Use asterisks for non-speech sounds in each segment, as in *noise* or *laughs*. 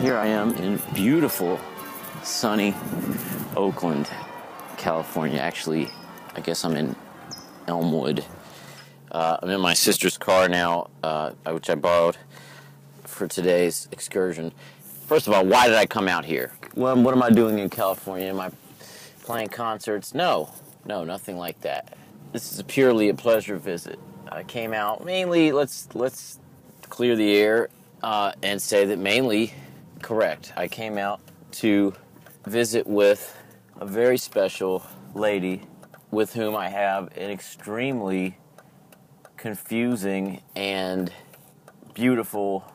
Here I am in beautiful, sunny Oakland, California. Actually, I guess I'm in Elmwood. Uh, I'm in my sister's car now, uh, which I borrowed for today's excursion. First of all, why did I come out here? Well, what am I doing in California? Am I playing concerts? No, no, nothing like that. This is purely a pleasure visit. I came out mainly. Let's let's clear the air uh, and say that mainly, correct. I came out to visit with a very special lady with whom I have an extremely confusing and beautiful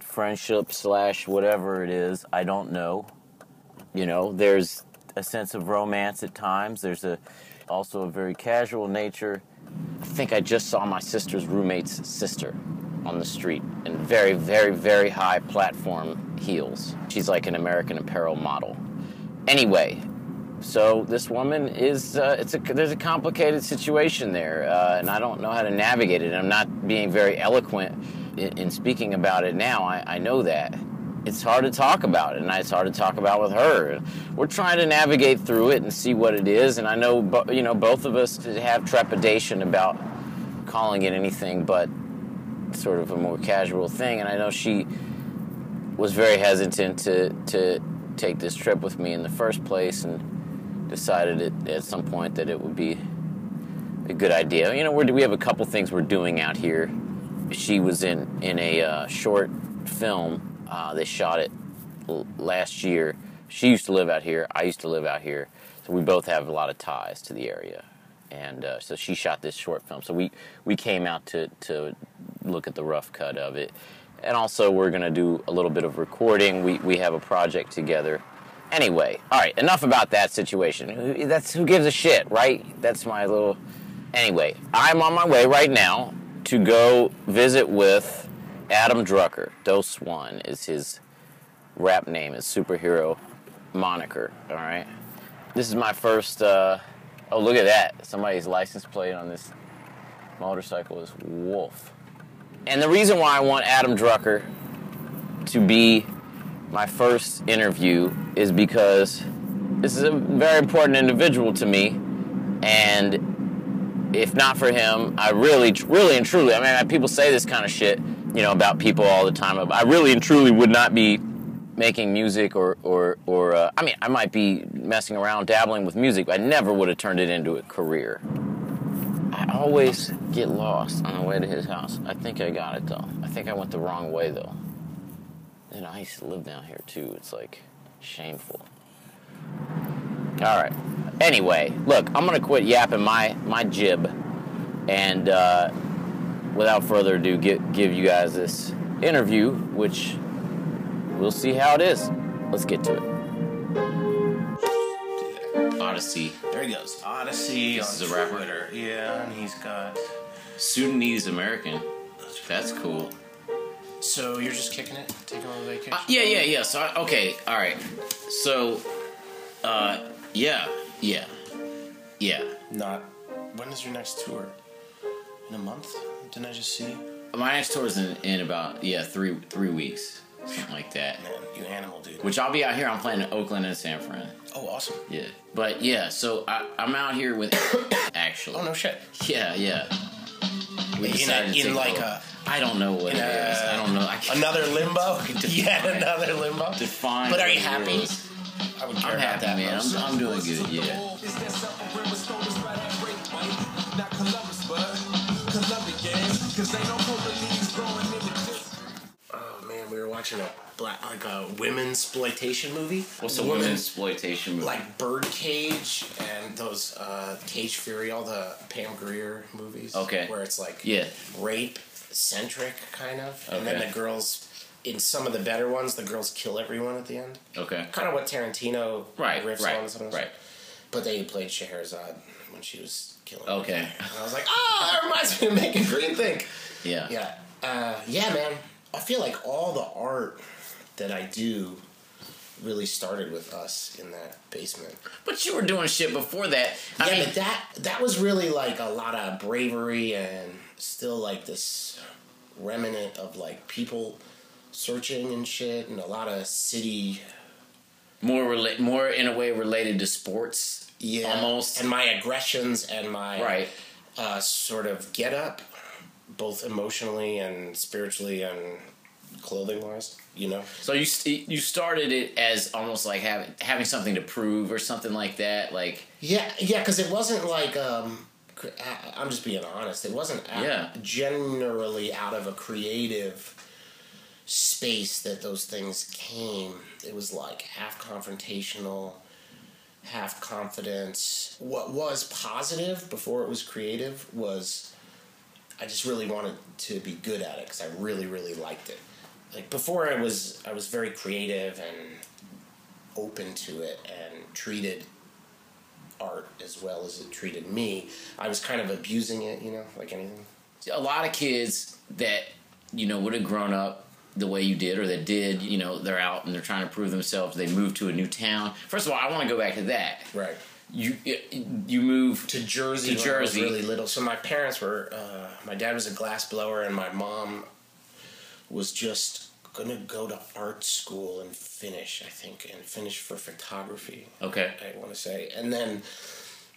friendship slash whatever it is i don't know you know there's a sense of romance at times there's a also a very casual nature i think i just saw my sister's roommate's sister on the street in very very very high platform heels she's like an american apparel model anyway so this woman is uh, it's a there's a complicated situation there uh, and i don't know how to navigate it and i'm not being very eloquent in, in speaking about it now I, I know that it's hard to talk about it and it's hard to talk about with her we're trying to navigate through it and see what it is and i know bo- you know both of us have trepidation about calling it anything but sort of a more casual thing and i know she was very hesitant to to take this trip with me in the first place and decided at, at some point that it would be a good idea. You know, we're, we have a couple things we're doing out here. She was in in a uh, short film. Uh, they shot it l- last year. She used to live out here. I used to live out here. So we both have a lot of ties to the area. And uh, so she shot this short film. So we, we came out to, to look at the rough cut of it. And also, we're going to do a little bit of recording. We, we have a project together anyway all right enough about that situation Who- that's who gives a shit right that's my little anyway i'm on my way right now to go visit with adam drucker dose one is his rap name his superhero moniker all right this is my first uh, oh look at that somebody's license plate on this motorcycle is wolf and the reason why i want adam drucker to be my first interview is because this is a very important individual to me and if not for him i really really and truly i mean people say this kind of shit you know about people all the time i really and truly would not be making music or or or uh, i mean i might be messing around dabbling with music but i never would have turned it into a career i always get lost on the way to his house i think i got it though i think i went the wrong way though and I used to live down here too. It's like shameful. All right. Anyway, look, I'm gonna quit yapping my my jib, and uh, without further ado, get, give you guys this interview, which we'll see how it is. Let's get to it. Odyssey, There he goes. Odyssey This on is a rapper? Twitter. Yeah, and he's got. Sudanese American. That's cool. So you're just kicking it, taking a little vacation. Uh, yeah, yeah, yeah. So I, okay, all right. So, uh, yeah, yeah, yeah. Not. When is your next tour? In a month? Didn't I just see? Man, My next tour is in, in about yeah three three weeks, something like that. you animal, dude. Which I'll be out here. I'm playing in Oakland and San Fran. Oh, awesome. Yeah, but yeah. So I, I'm out here with *coughs* actually. Oh no shit. Yeah, yeah. We In a- decided to in take like little- a- I don't know what it in is. a- I don't know. I can't Another *laughs* limbo. *laughs* Yet another limbo. define. But are what you it happy? is. I would care I'm about happy, that man. most. I'm, I'm doing good. Yeah. Is that suffering was thrown us right at breakpoint? Not Columbus, bud. Colombians, cause they don't hold the leaves growing in the distance. Oh man, we were watching a black like a women's exploitation movie. What's a women's exploitation movie? like Birdcage and those uh, Cage Fury, all the Pam Greer movies. Okay. Where it's like Yeah. rape centric kind of, and then Okay. the girls in some of the better ones, the girls kill everyone at the end. okay. Kind of what Tarantino Right. riffs on. and Right. some of those. Right. But they played Scheherazade when she was killing. Okay. *laughs* And I was like, oh, that reminds me of Megan Green Think. Yeah. Yeah. Uh, yeah, man. I feel like all the art that I do really started with us in that basement. But you were doing shit before that. I yeah, mean, but that that was really like a lot of bravery and still like this remnant of like people searching and shit and a lot of city more rela- more in a way related to sports. yeah Almost. and my aggressions and my Right. uh, sort of get up both emotionally and spiritually and clothing wise you know So you st- you started it as almost like having having something to prove or something like that. Like Yeah, yeah, because it wasn't like um, cr- I- I'm just being honest. It wasn't out, Yeah. generally out of a creative space that those things came. It was like half confrontational, half confidence. What was positive before it was creative was I just really wanted to be good at it because I really really liked it. Like before, I was I was very creative and open to it and treated art as well as it treated me. I was kind of abusing it, you know, like anything. a lot of kids that you know would have grown up the way you did or that did you know they're out and they're trying to prove themselves they move to a new town first of all i want to go back to that Right. you you move To To Jersey, when I was Jersey. really little. So my parents were. Uh, my dad was a glass blower, and my mom was just gonna go to art school and finish. I think and finish for photography. okay I want to say, and then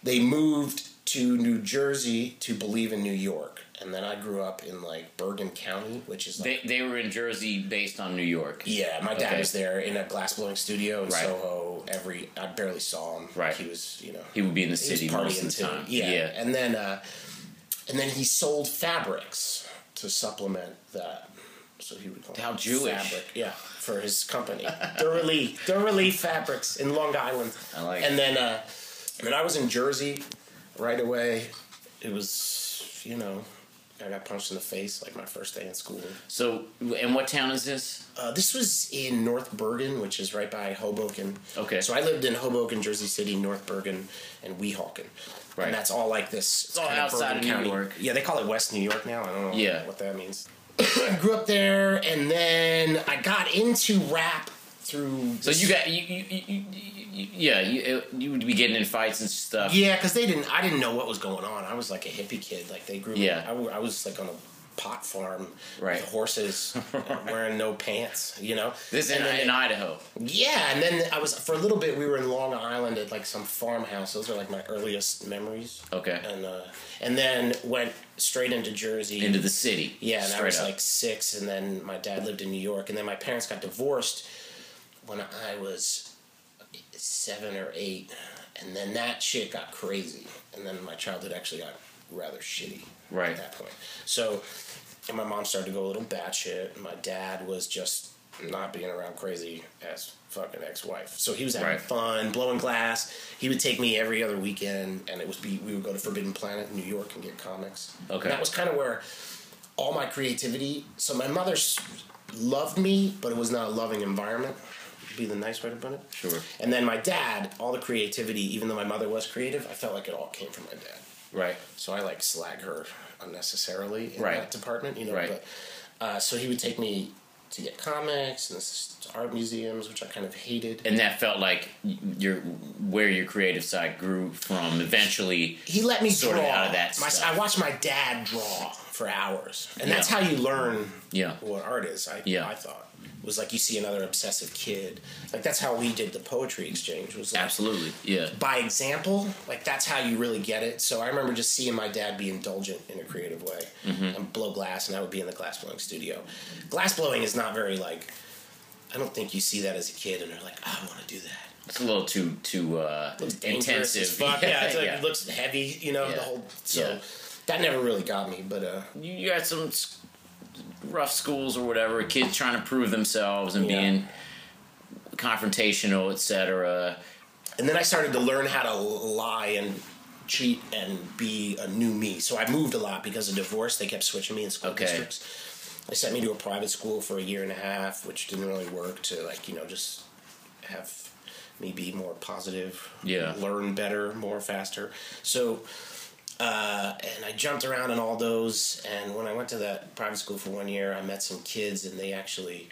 they moved to New Jersey to believe in New York, and then I grew up in like Bergen County, which is like they, they were in jersey based on new york Yeah, my dad Okay. was there in a glass blowing studio in Right. Soho. Every I barely saw him. Right. he was you know he would be in the he was city most partying of the too. time Yeah. and then uh, and then he sold fabrics to supplement that. So he would call How it Jewish. fabric, yeah, for *laughs* his company. thoroughly, thoroughly fabrics in Long Island. I like And it. then uh, and then I was in Jersey right away. It was you know. I got punched in the face like my first day in school. so and what town is this Uh, this was in North Bergen, which is right by Hoboken. Okay. So I lived in Hoboken, Jersey City, North Bergen, and Weehawken. Right. And that's all like this. It's all outside of New York. Yeah, they call it West New York now. I don't know Yeah. what that means. *coughs* I grew up there, and then I got into rap through. so you got you, you, you, you, you yeah you, you would be getting in fights and stuff Yeah, because they didn't. I didn't know what was going on. I was like a hippie kid. Like they grew. Yeah. I, w- I was like on a pot farm Right. with *laughs* horses, wearing no pants. You know. this is in, And then in they- idaho Yeah, and then I was for a little bit. We were in Long Island at like some farmhouse. Those are like my earliest memories. okay And uh, and then went straight into Jersey. into the city yeah, and straight I was up. like six, and then my dad lived in New York, and then my parents got divorced when I was seven or eight, and then that shit got crazy, and then my childhood actually got rather shitty Right. at that point. So, and my mom started to go a little batshit, and my dad was just not being around crazy as fucking ex-wife. So he was having Right. fun, blowing glass. He would take me every other weekend, and it was be we would go to Forbidden Planet in New York and get comics. Okay. And that was kind of where all my creativity. So my mother s- loved me, but it was not a loving environment. Would be the nice way to put it. Sure. And then my dad, all the creativity, even though my mother was creative, I felt like it all came from my dad. right So I like slag her unnecessarily in Right. that department, you know. Right. But uh, so he would take me to get comics and this to art museums, which I kind of hated. and that felt like your where your creative side grew from eventually he let me Sort draw of out of that My, stuff. I watched my dad draw for hours, and that's Yeah. how you learn Yeah. what art is. I, Yeah. I thought was like you see another obsessive kid. Like that's how we did the poetry exchange. Was like, absolutely yeah by example, like that's how you really get it. So I remember just seeing my dad be indulgent in a creative way Mm-hmm. and blow glass, and I would be in the glass blowing studio. Glass blowing is not very like. I don't think you see that as a kid, and they're like, "Oh, I want to do that it's a little too too uh looks dangerous intensive as *laughs* fuck. Yeah, it's like, it looks heavy. You know Yeah. the whole. So Yeah. that never really got me, but uh, you, you had some s- rough schools or whatever kids trying to prove themselves and Yeah. being confrontational etc and then I started to learn how to lie and cheat and be a new me. So I moved a lot because of divorce. They kept switching me in school Okay. districts. They sent me to a private school for a year and a half, which didn't really work. To like you know just have me be more positive. Yeah. learn better, more faster. So uh, and I jumped around in all those. And when I went to that private school for one year, I met some kids, and they actually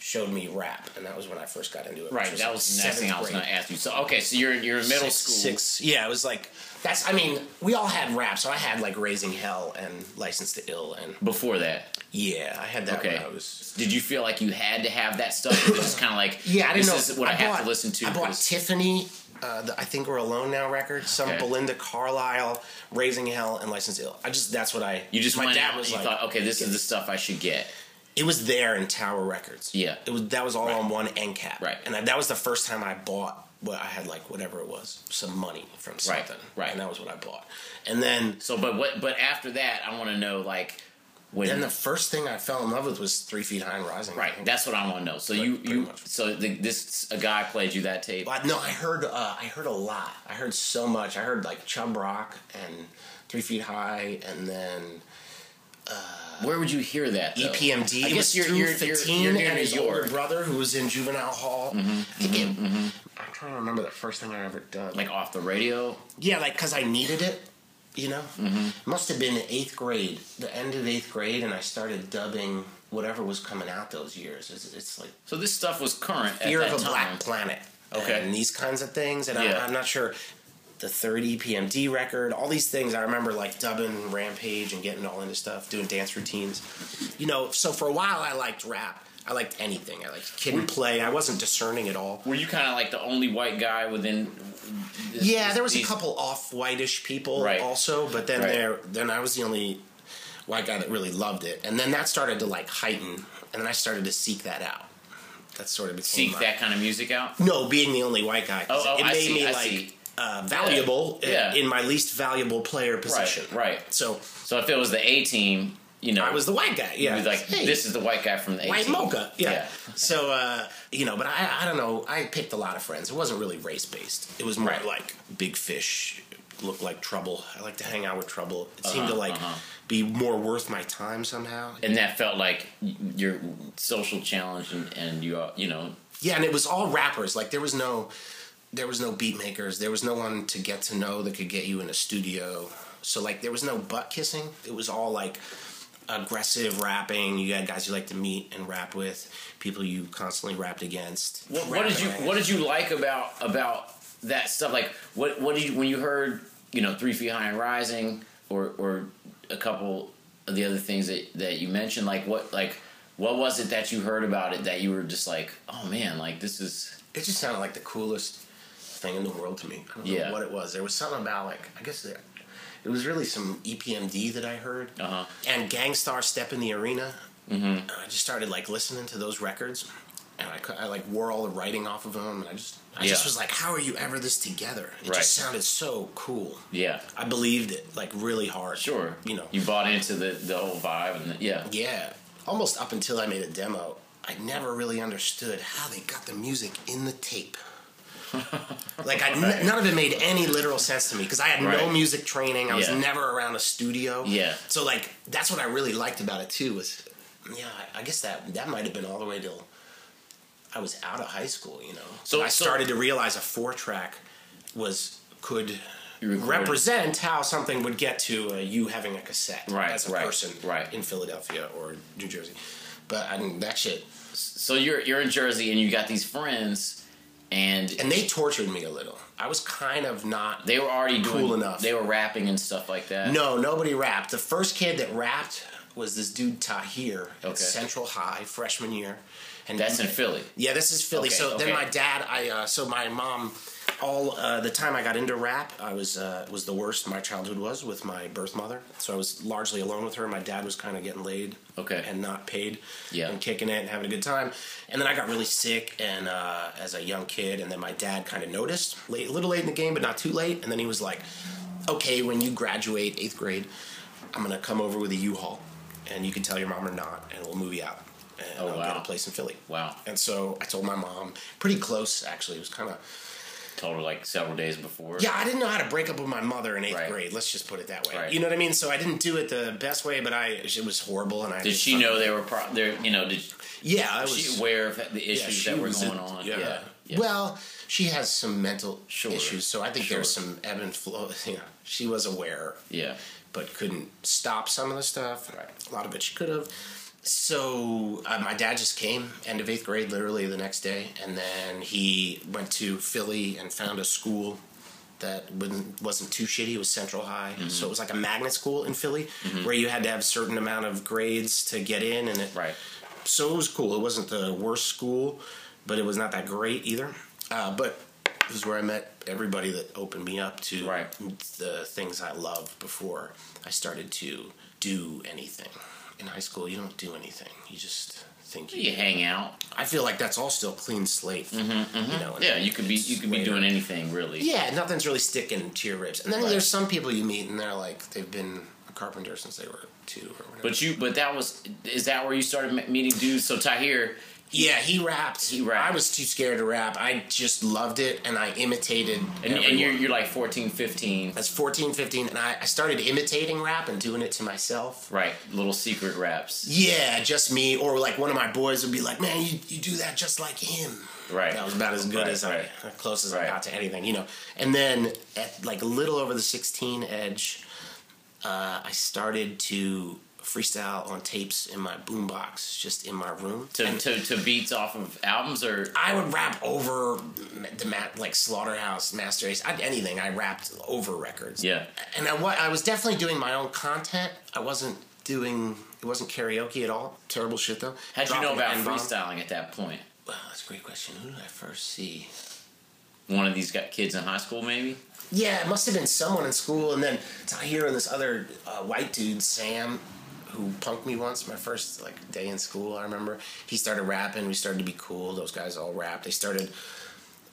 showed me rap, and that was when I first got into it. which Right, that like was the next thing I seventh was grade. going to ask you. So, okay, so you're you're in middle Six- school. Six, yeah, it was like that's. I mean, we all had rap, so I had like "Raising Hell" and "License to Ill," and Before that, yeah, I had that. Okay. when I was. did you feel like you had to have that stuff? It was just kind of like, *clears throat* Yeah, I didn't this know is what I, have to bought- listen to. I bought 'cause- Tiffany. Uh, the, I think we're alone now. Record some Okay. Belinda Carlisle, "Raising Hell" and "License to Ill." I just that's what I. you just my went dad out was and you like, thought, okay, this is the stuff I should get. it was there in Tower Records. Yeah. it was that was all on one end cap. Right. and I, that was the first time I bought. Well, I had like whatever it was, some money from something. Right, right. and that was what I bought. And then So, but what? But after that, I want to know like when. And the first thing I fell in love with was Three Feet High and Rising. right, that's what I want to know. So Right, you pretty you much. so the, this a guy played you that tape. But no, I heard. Uh, I heard a lot. I heard so much. I heard like Chub Rock and Three Feet High, and then Where would you hear that? E Though? EPMD. I it guess was you're through you're, you're, Fatine you're near and New his older York, brother who was in juvenile hall. I think it- I'm trying to remember the first thing I ever done. like off the radio. yeah, like because I needed it. You know, must have been eighth grade, the end of eighth grade, and I started dubbing whatever was coming out those years. It's, it's like So this stuff was current Fear at that of a time. Black Planet. Okay. And these kinds of things. And Yeah. I, I'm not sure. The third EPMD record, all these things. I remember like dubbing Rampage and getting all into stuff, doing dance routines. You know, so for a while I liked rap. I liked anything. I liked kid and play. I wasn't discerning at all. Were you kind of like the only white guy within? this- Yeah, there was a these- couple off whitish people Right. also, but then Right. there then I was the only white guy that really loved it. And then that started to like heighten and then I started to seek that out. That sort of became seek my- that kind of music out. No, being the only white guy. 'cause Oh, oh, it I made see, me I like see. uh, valuable in- Yeah. in, my least valuable player position. right. So So if it was the A team, you know, I was the white guy. Yeah. you'd be like Hey, this is the white guy from the A white team. mocha. Yeah. Yeah. so uh, you know, but I, I don't know. I picked a lot of friends. It wasn't really race based. It was more Right. like big fish. Look like trouble. I like to hang out with trouble. It seemed Uh-huh, to like uh-huh. be more worth my time somehow. and that felt like y- your social challenge, and, and you, all- you know, Yeah, and it was all rappers. Like there was no, there was no beat makers. There was no one to get to know that could get you in a studio. So like there was no butt kissing. It was all like aggressive rapping. You had guys you like to meet and rap with, people you constantly rapped against. what, what did you Rapping. what did you like about about that stuff? Like what what did you when you heard you know Three Feet High and Rising or or a couple of the other things that that you mentioned? Like what like what was it that you heard about it that you were just like oh man like this is It just sounded like the coolest thing in the world to me. I don't Yeah. know what it was. There was something about like I guess there, it was really some E EPMD that I heard Uh-huh. and Gangstar Step in the Arena. Mm-hmm. And I just started like listening to those records, and I, cou- I like wore all the writing off of them, and I just I just Yeah. was like, how are you ever this together? It Right. just sounded so cool. yeah I believed it like really hard. sure you know you bought into the the whole vibe and the, yeah yeah, almost up until I made a demo, I never really understood how they got the music in the *laughs* tape. like I, n- none of it made any literal sense to me because I had Right. no music training. I was Yeah. never around a studio. Yeah. So like that's what I really liked about it too was, yeah, I, I guess that that might have been all the way till I was out of high school. You know, So- I so- started to realize a four track was could You recorded. represent how something would get to uh, you having a cassette Right, as a right, person right. in Philadelphia or New Jersey. But I mean that shit, so you're you're in Jersey and you got these friends and and they tortured me a little. I was kind of not. they were already doing, Cool enough. they were rapping and stuff like that No, nobody rapped. The first kid that rapped was this dude Tahir Okay. at Central High freshman year, and that's in Philly Yeah, this is Philly. Okay, so okay. then my dad, I uh, so my mom, all uh, the time I got into rap, I was uh, was the worst my childhood was with my birth mother. So I was largely alone with her. My dad was kind of getting laid, Okay. and not paid, Yeah. and kicking it and having a good time. And then I got really sick, and uh, as a young kid, and then my dad kind of noticed, late, a little late in the game, but not too late. And then he was like, "Okay, when you graduate eighth grade, I'm gonna come over with a U-Haul, and you can tell your mom or not, and we'll move you out." And Oh, I'll get wow. a place in Philly. wow And so I told my mom, pretty close actually. It was kind of told her like several days before yeah. I didn't know how to break up with my mother in eighth Right. grade. Let's just put it that way. Right. You know what I mean? So I didn't do it the best way, but I it was horrible. And I Did just she fucking- know they were pro- there? You know, did Yeah, I was. she aware of the yeah, issues she that were was a- going on? Yeah. yeah. Well, she has some mental Sure. issues, so I think Sure. there's some ebb and *laughs* flow. You know, she was aware, yeah. but couldn't stop some of the stuff. A lot of it she could have. So uh, my dad just came end of eighth grade, literally the next day, and then he went to Philly and found a school that wouldn't, wasn't too shitty. It was Central High, so it was like a magnet school in Philly where you had to have certain amount of grades to get in, and it, Right. so it was cool. It wasn't the worst school, but it was not that great either. Uh, but this is where I met everybody that opened me up to Right. the things I loved before I started to do anything. In high school, you don't do anything. You just think. You, You hang out. I feel like that's all still clean slate. You know. and Mm-hmm, Yeah, you could be you could be later. doing anything really. Yeah, nothing's really sticking to your ribs. And then Right. there's some people you meet, and they're like they've been a carpenter since they were two or whatever. But you but that was is that where you started me- meeting dudes? So Tahir, Yeah, he rapped. He rapped. I was too scared to rap. I just loved it, and I imitated. and, and everyone. you're you're like 14, 15. That's 14, 15, and I, I started imitating rap and doing it to myself. Right, little secret raps. Yeah, just me, or like one of my boys would be like, "Man, you, you do that just like him." Right. That was about as good Right, as I, uh, right. close as I Right. got to anything, you know. And then at like a little over the 16 edge, uh, I started to freestyle on tapes in my boombox, just in my room. To, And- to, to beats off of albums or I would rap over the mat like Slaughterhouse, Master Ace, I'd, anything. I rapped over records. Yeah. and I, wa- I was definitely doing my own content. I wasn't doing it wasn't karaoke at all. Terrible shit though. how'd you know Dropping about N-bomb. freestyling at that point? Well, that's a great question. Who did I first see? One of these got kids in high school maybe? Yeah, it must have been someone in school, and then Tahir and this other uh, white dude, Sam, who punked me once. My first like day in school, I remember he started rapping. We started to be cool. Those guys all rapped. They started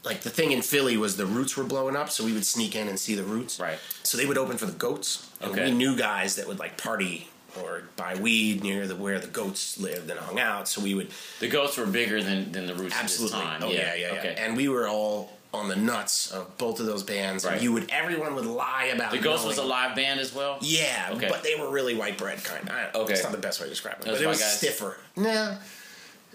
like the thing in Philly was the Roots were blowing up, so we would sneak in and see the Roots. Right. So they would open for the Goats, and Okay. we knew guys that would like party or buy weed near the where the Goats lived and hung out. So we would The goats were bigger than, than the roots Absolutely. at this time. Oh, yeah, yeah, yeah. Okay. And we were all on the nuts of both of those bands. Right. And you would, everyone would lie about the Ghost was a knowing- live band as well? Yeah, Okay. but they were really white bread kind. I, Okay. okay, it's not the best way to describe it, Those but it white was guys. stiffer. No,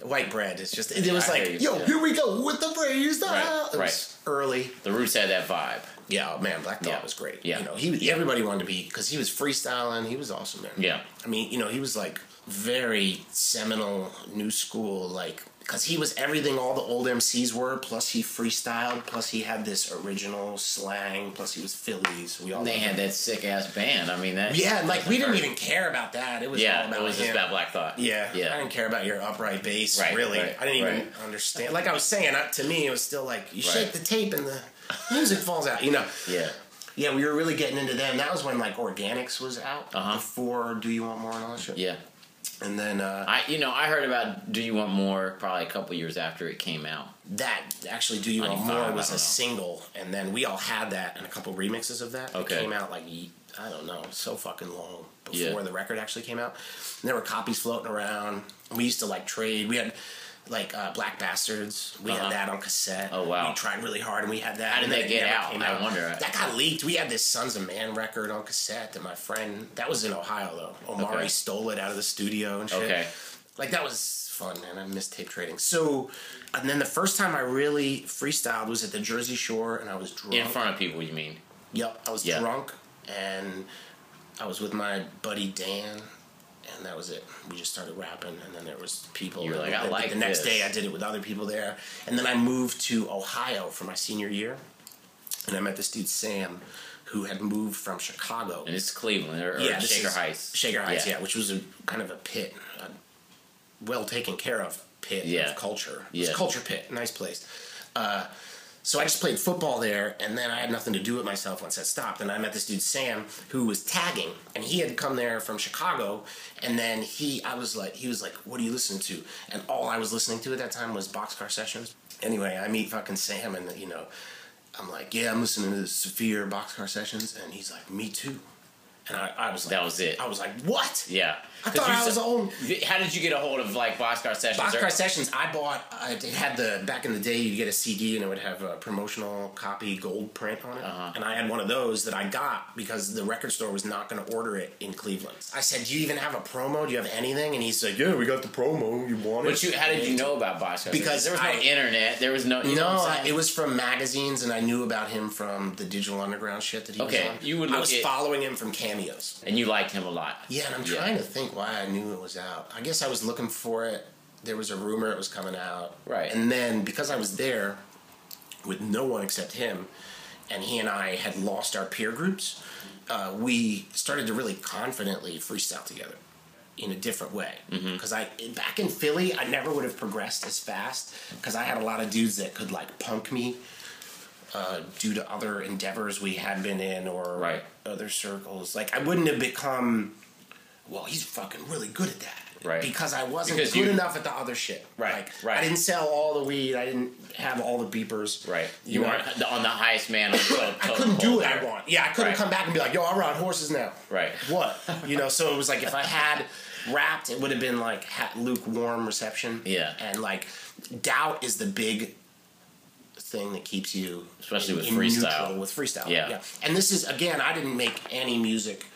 white bread. It's just it was I hear like, you, yo, yeah. here we go with the raised Right, up. It was early. The roots had that vibe. Yeah, oh, man, Black Thought Yeah. was great. Yeah. you know, he everybody wanted to be because he was freestyling. He was awesome, man. Yeah. I mean, you know, he was like very seminal, new school, like because he was everything all the old MCs were. Plus, he freestyled. Plus, he had this original slang. Plus, he was Phillies. We all They loved had him. that sick ass band. I mean that Yeah, and, like we didn't Right. even care about that. It was all Yeah, about it was just him. about Black Thought. Yeah, Yeah. I didn't care about your upright bass. Right, really, right, I didn't even right. understand. Like I was saying, uh, to me, it was still like you Right. shake the tape and the music falls out. You know. Yeah. Yeah, we were really getting into them. That was when like Organics was out Uh-huh. before Do You Want More and all that shit. Yeah. And then uh, I you know, I heard about Do You Want More probably a couple years after it came out. that actually Do You Want 95, More I was don't a know. single, and then we all had that and a couple remixes of that. Okay. It came out like ye- I don't know, so fucking long Yeah. before the record actually came out. And there were copies floating around. We used to like trade. We had like uh, Black Bastards. We Uh-huh. had that on cassette. Oh, wow. We tried really hard, and we had that. How did and that then it get never out? came I wonder. That got leaked. We had this Sons of Man record on cassette that my friend that was in Ohio though. Omari Okay. stole it out of the studio and shit. Okay. Like that was fun, man. I missed tape trading. So, and then the first time I really freestyled was at the Jersey Shore, and I was drunk. In front of people you mean. Yep, I was Yeah. drunk, and I was with my buddy Dan, and that was it. We just started rapping, and then there was people. You were like, and "I then like The next this." day, I did it with other people there, and then I moved to Ohio for my senior year, and I met this dude Sam, who had moved from Chicago. And it's Cleveland or, or this Shaker is Heights. Shaker Heights, Yeah. yeah. which was a kind of a pit, a well taken care of pit Yeah. of culture. It was Yeah. a culture pit, nice place. Uh, so I just played football there, and then I had nothing to do with myself once that stopped. And I met this dude Sam, who was tagging, and he had come there from Chicago. And then he, I was like, he was like, "What do you listen to?" And all I was listening to at that time was Boxcar Sessions. Anyway, I meet fucking Sam, and you know, I'm like, "Yeah, I'm listening to the Sphere Boxcar Sessions," and he's like, "Me too." And I, I was like, That was it. I was like, "What?" Yeah. I 'Cause thought you I was said- old. Th- How did you get a hold of like Boxcar Sessions? or- Boxcar Sessions, I bought. Uh, it had the back in the day, you'd get a CD and it would have a promotional copy gold print on it, Uh-huh. and I had one of those that I got because the record store was not going to order it in Cleveland. I said, "Do you even have a promo? Do you have anything?" And he's like, "Yeah, we got the promo. You want it?" But you, how did you know about Boxcar? Because there was no I- internet. There was no. You know No, what I'm I, saying? it was from magazines, and I knew about him from the Digital Underground shit that he Okay, was on. you would I look was at- following him from Cameo cameos. And you liked him a lot. Yeah, and I'm trying to think why I knew it was out. I guess I was looking for it. There was a rumor it was coming out. Right. And then because I was there with no one except him, and he and I had lost our peer groups, uh, we started to really confidently freestyle together in a different way. Mm-hmm. Because I back in Philly, I never would have progressed as fast because I had a lot of dudes that could like punk me uh, due to other endeavors we had been in or Right. other circles. Like I wouldn't have become. Well, he's fucking really good at that. Right. Because I wasn't Because good you- enough at the other shit. Right, Like, right. I didn't sell all the weed. I didn't have all the beepers. Right. You know? weren't the- on the highest man *coughs* on the totem I couldn't do pole what I there. want. Yeah, I couldn't Right. come back and be like, yo, I ride horses now. Right. What? *laughs* You know, so it was like if I had rapped, it would have been like ha- lukewarm reception. Yeah. And like doubt is the big thing that keeps you Especially with freestyle. neutral with freestyle. Yeah. And this is again, I didn't make any music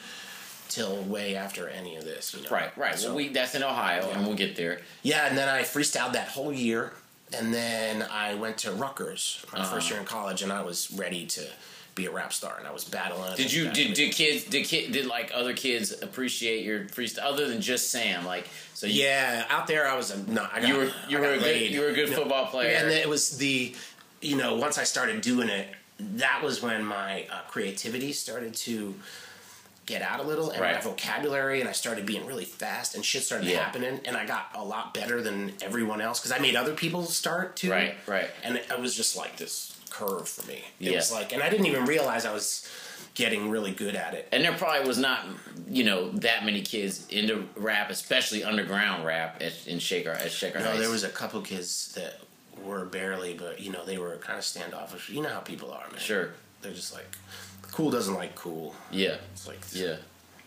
till way after any of this. You know? Right, right. So well, we that's in Ohio, and we'll get there. yeah, and then I freestyled that whole year, and then I went to Rutgers my Ah. first year in college, and I was ready to be a rap star, and I was battling. Did you did, did kids did kid did like other kids appreciate your freestyle other than just Sam? Like so, you, Yeah, out there I was a no. I got, you were you I were got a good laid. you were a good football player. and then it was the, you know, once I started doing it, that was when my uh, creativity started to get out a little, and my Right. vocabulary, and I started being really fast, and shit started Yeah. happening, and I got a lot better than everyone else because I made other people start too. Right, right. And it, it was just like this curve for me. Yeah. It was like, and I didn't even realize I was getting really good at it. and there probably was not you know that many kids into rap, especially underground rap at, in Shaker at Shaker No, Heights. there was a couple kids that were barely, but you know, they were kind of standoffish. You know how people are, man. sure, They're just like, cool doesn't like cool. yeah, It's like, yeah.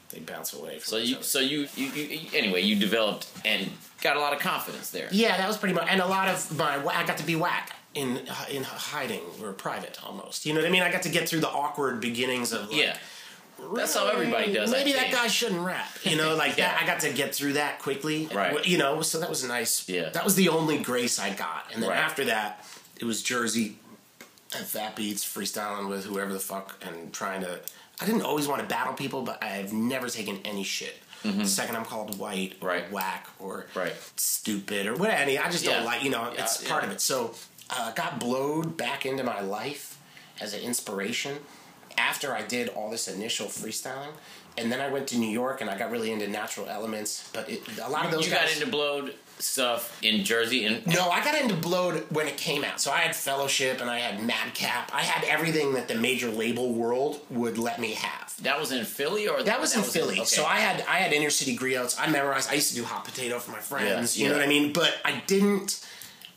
they bounce away. From So each you other. so you, you, you anyway you developed and got a lot of confidence there. yeah, that was pretty much, and a lot of my, I got to be whack in in hiding or private almost. You know what I mean? I got to get through the awkward beginnings of like, Yeah, that's how everybody does, I Maybe that think. guy shouldn't rap. *laughs* You know, like Yeah. that. I got to get through that quickly. Right. You know, so that was nice. Yeah. That was the only grace I got, and then Right. after that, it was Jersey and Fat Beats freestyling with whoever the fuck and trying to. I didn't always want to battle people, but I've never taken any shit. The second I'm called white or Mm-hmm. Right. whack or Right. stupid or whatever, I just Yeah. don't like you know Yeah, it's part yeah. of it. So uh, got blowed back into my life as an inspiration after I did all this initial freestyling, and then I went to New York and I got really into natural elements. But it, a lot of those you guys. got into blowed stuff in Jersey and no, I got into Blowed when it came out. So I had Fellowship and I had Madcap. I had everything that the major label world would let me have. that was in Philly or That was in Philly. okay. So I had I had inner city griots. I memorized. I used to do hot potato for my friends. Yeah, you know yeah. what I mean. But I didn't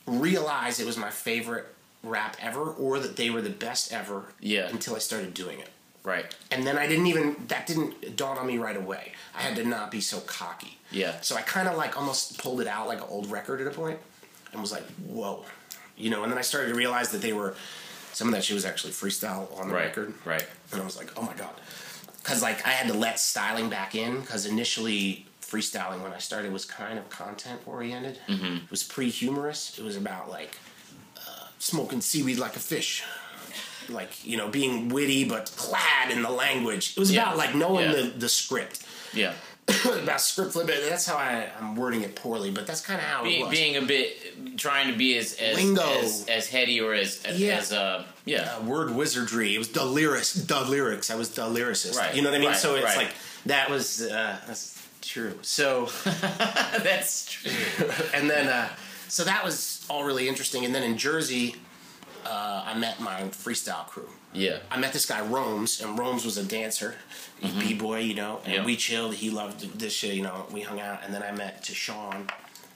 realize it was my favorite rap ever, or that they were the best ever. Yeah. Until I started doing it, right. and then I didn't even that didn't dawn on me right away. I had to not be so cocky. Yeah. So I kind of like almost pulled it out like an old record at a point, and was like, whoa, you know. And then I started to realize that they were some of that shit was actually freestyle on the Right. record Right. and I was like, oh my god, because like I had to let styling back in because initially freestyling when I started was kind of content oriented. Mm-hmm. It was pre humorous. It was about like uh, smoking seaweed like a fish. Like you know, being witty but clad in the language. It was Yeah. about like knowing Yeah. the, the script. *laughs* Yeah. about script flipping. That's how I, I'm wording it poorly, but that's kind of how it Being, was. being a bit trying to be as as Lingo. as, as heady or as as, Yeah. as uh yeah. uh, word wizardry. It was the lyrics, the lyrics. I was the lyricist. Right, You know what I mean? right, so it's right. like that was uh, that's true. So *laughs* Oh. *laughs* That's true. and then uh, so that was all really interesting. And then in Jersey, uh, I met my freestyle crew. Yeah. I met this guy Rome's, and Rome's was a dancer, Mm-hmm. b boy, you know. And Yeah. we chilled. He loved this shit, you know. We hung out, and then I met Tashawn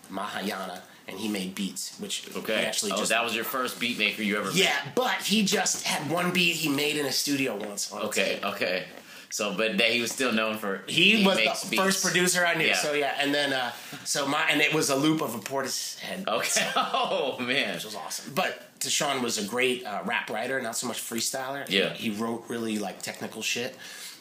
Mahayana, and he made beats, which Okay. he actually oh, just that was your first beat maker you ever yeah. But he just had one beat he made in a studio once. On a Okay, tape. okay. So but that he was still known for He, was the makes beats. first producer I knew. Yeah. So yeah, and then uh, so my and it was a loop of a Portis head. Okay. *laughs* Oh man. which was awesome. But Deshaun was a great uh, rap writer, not so much freestyler. He- Yeah. He, wrote really like technical shit.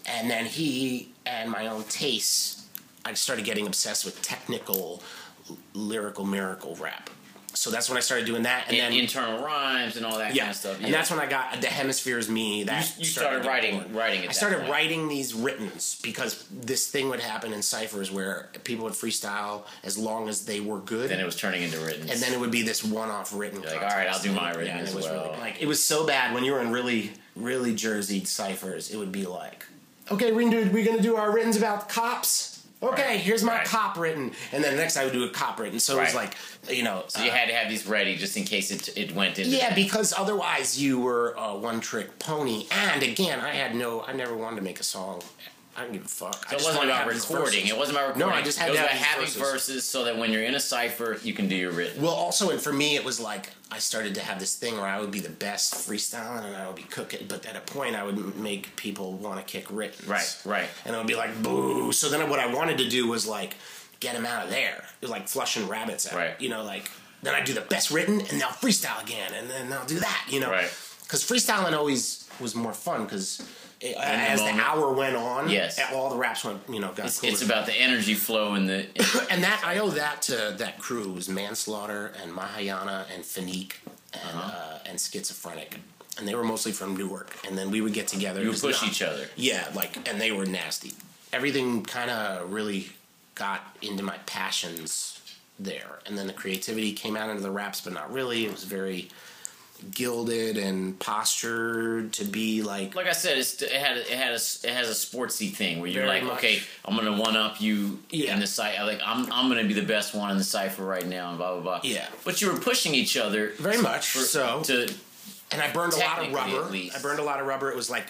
And then he and my own tastes, I started getting obsessed with technical, l- lyrical, miracle rap. So that's when I started doing that, and in- then internal rhymes and all that yeah, kind of stuff. and that's when I got the hemispheres me. That you started getting writing- going. writing at I that started point. writing these writtens because this thing would happen in ciphers where people would freestyle as long as they were good, then it was turning into written. and then it would be this one-off written. You're like, all right, I'll do my written Yeah, and as it was well. really like it was so bad when you were in really, really jerseyed ciphers. It would be like, okay, we're gonna do, we're gonna do our writtens about cops. Okay, Right. here's my Right. cop written, and then the next I would do a cop written. So it was Right. like, you know, so you had to have these ready just in case it it went into uh, yeah, that. because otherwise you were a one-trick pony. And again, I had no. I never wanted to make a song. I don't give a fuck. So it I just wasn't wanted to about have these recording. verses. It wasn't about recording. No, I just had it was to have about these having verses. so that when you're in a cipher, you can do your written. Well, also, and for me, it was like I started to have this thing where I would be the best freestyling and I would be cooking, but at a point, I would m- make people want to kick written. Right, right. And I would be like, boo. So then what I wanted to do was like get them out of there. It was like flushing rabbits out. Right. You know, like then I do the best written and they'll freestyle again and then I'll do that, you know? Right. Because freestyling always was more fun because as the moment. hour went on, Yes. all the raps went, you know, got It's, cooler. it's about the energy flow and the *coughs* And that I owe that to that crew It was Manslaughter and Mahayana and Fanique and Uh-huh. uh, and Schizophrenic, and they were mostly from Newark. And then we would get together. you It was push not- each other. Yeah, like and they were nasty. Everything kind of really got into my passions there, and then the creativity came out into the raps, but not really. It was very gilded and postured to be like Like I said, it's, it had it had a, it has a sportsy thing where you're Very like, much. okay, I'm gonna one up you Yeah. in the cipher. Like I'm I'm gonna be the best one in the cipher right now, and blah blah blah. Yeah. But you were pushing each other very much for- so to and I burned a lot of Technically, rubber. at least. I burned a lot of rubber. It was like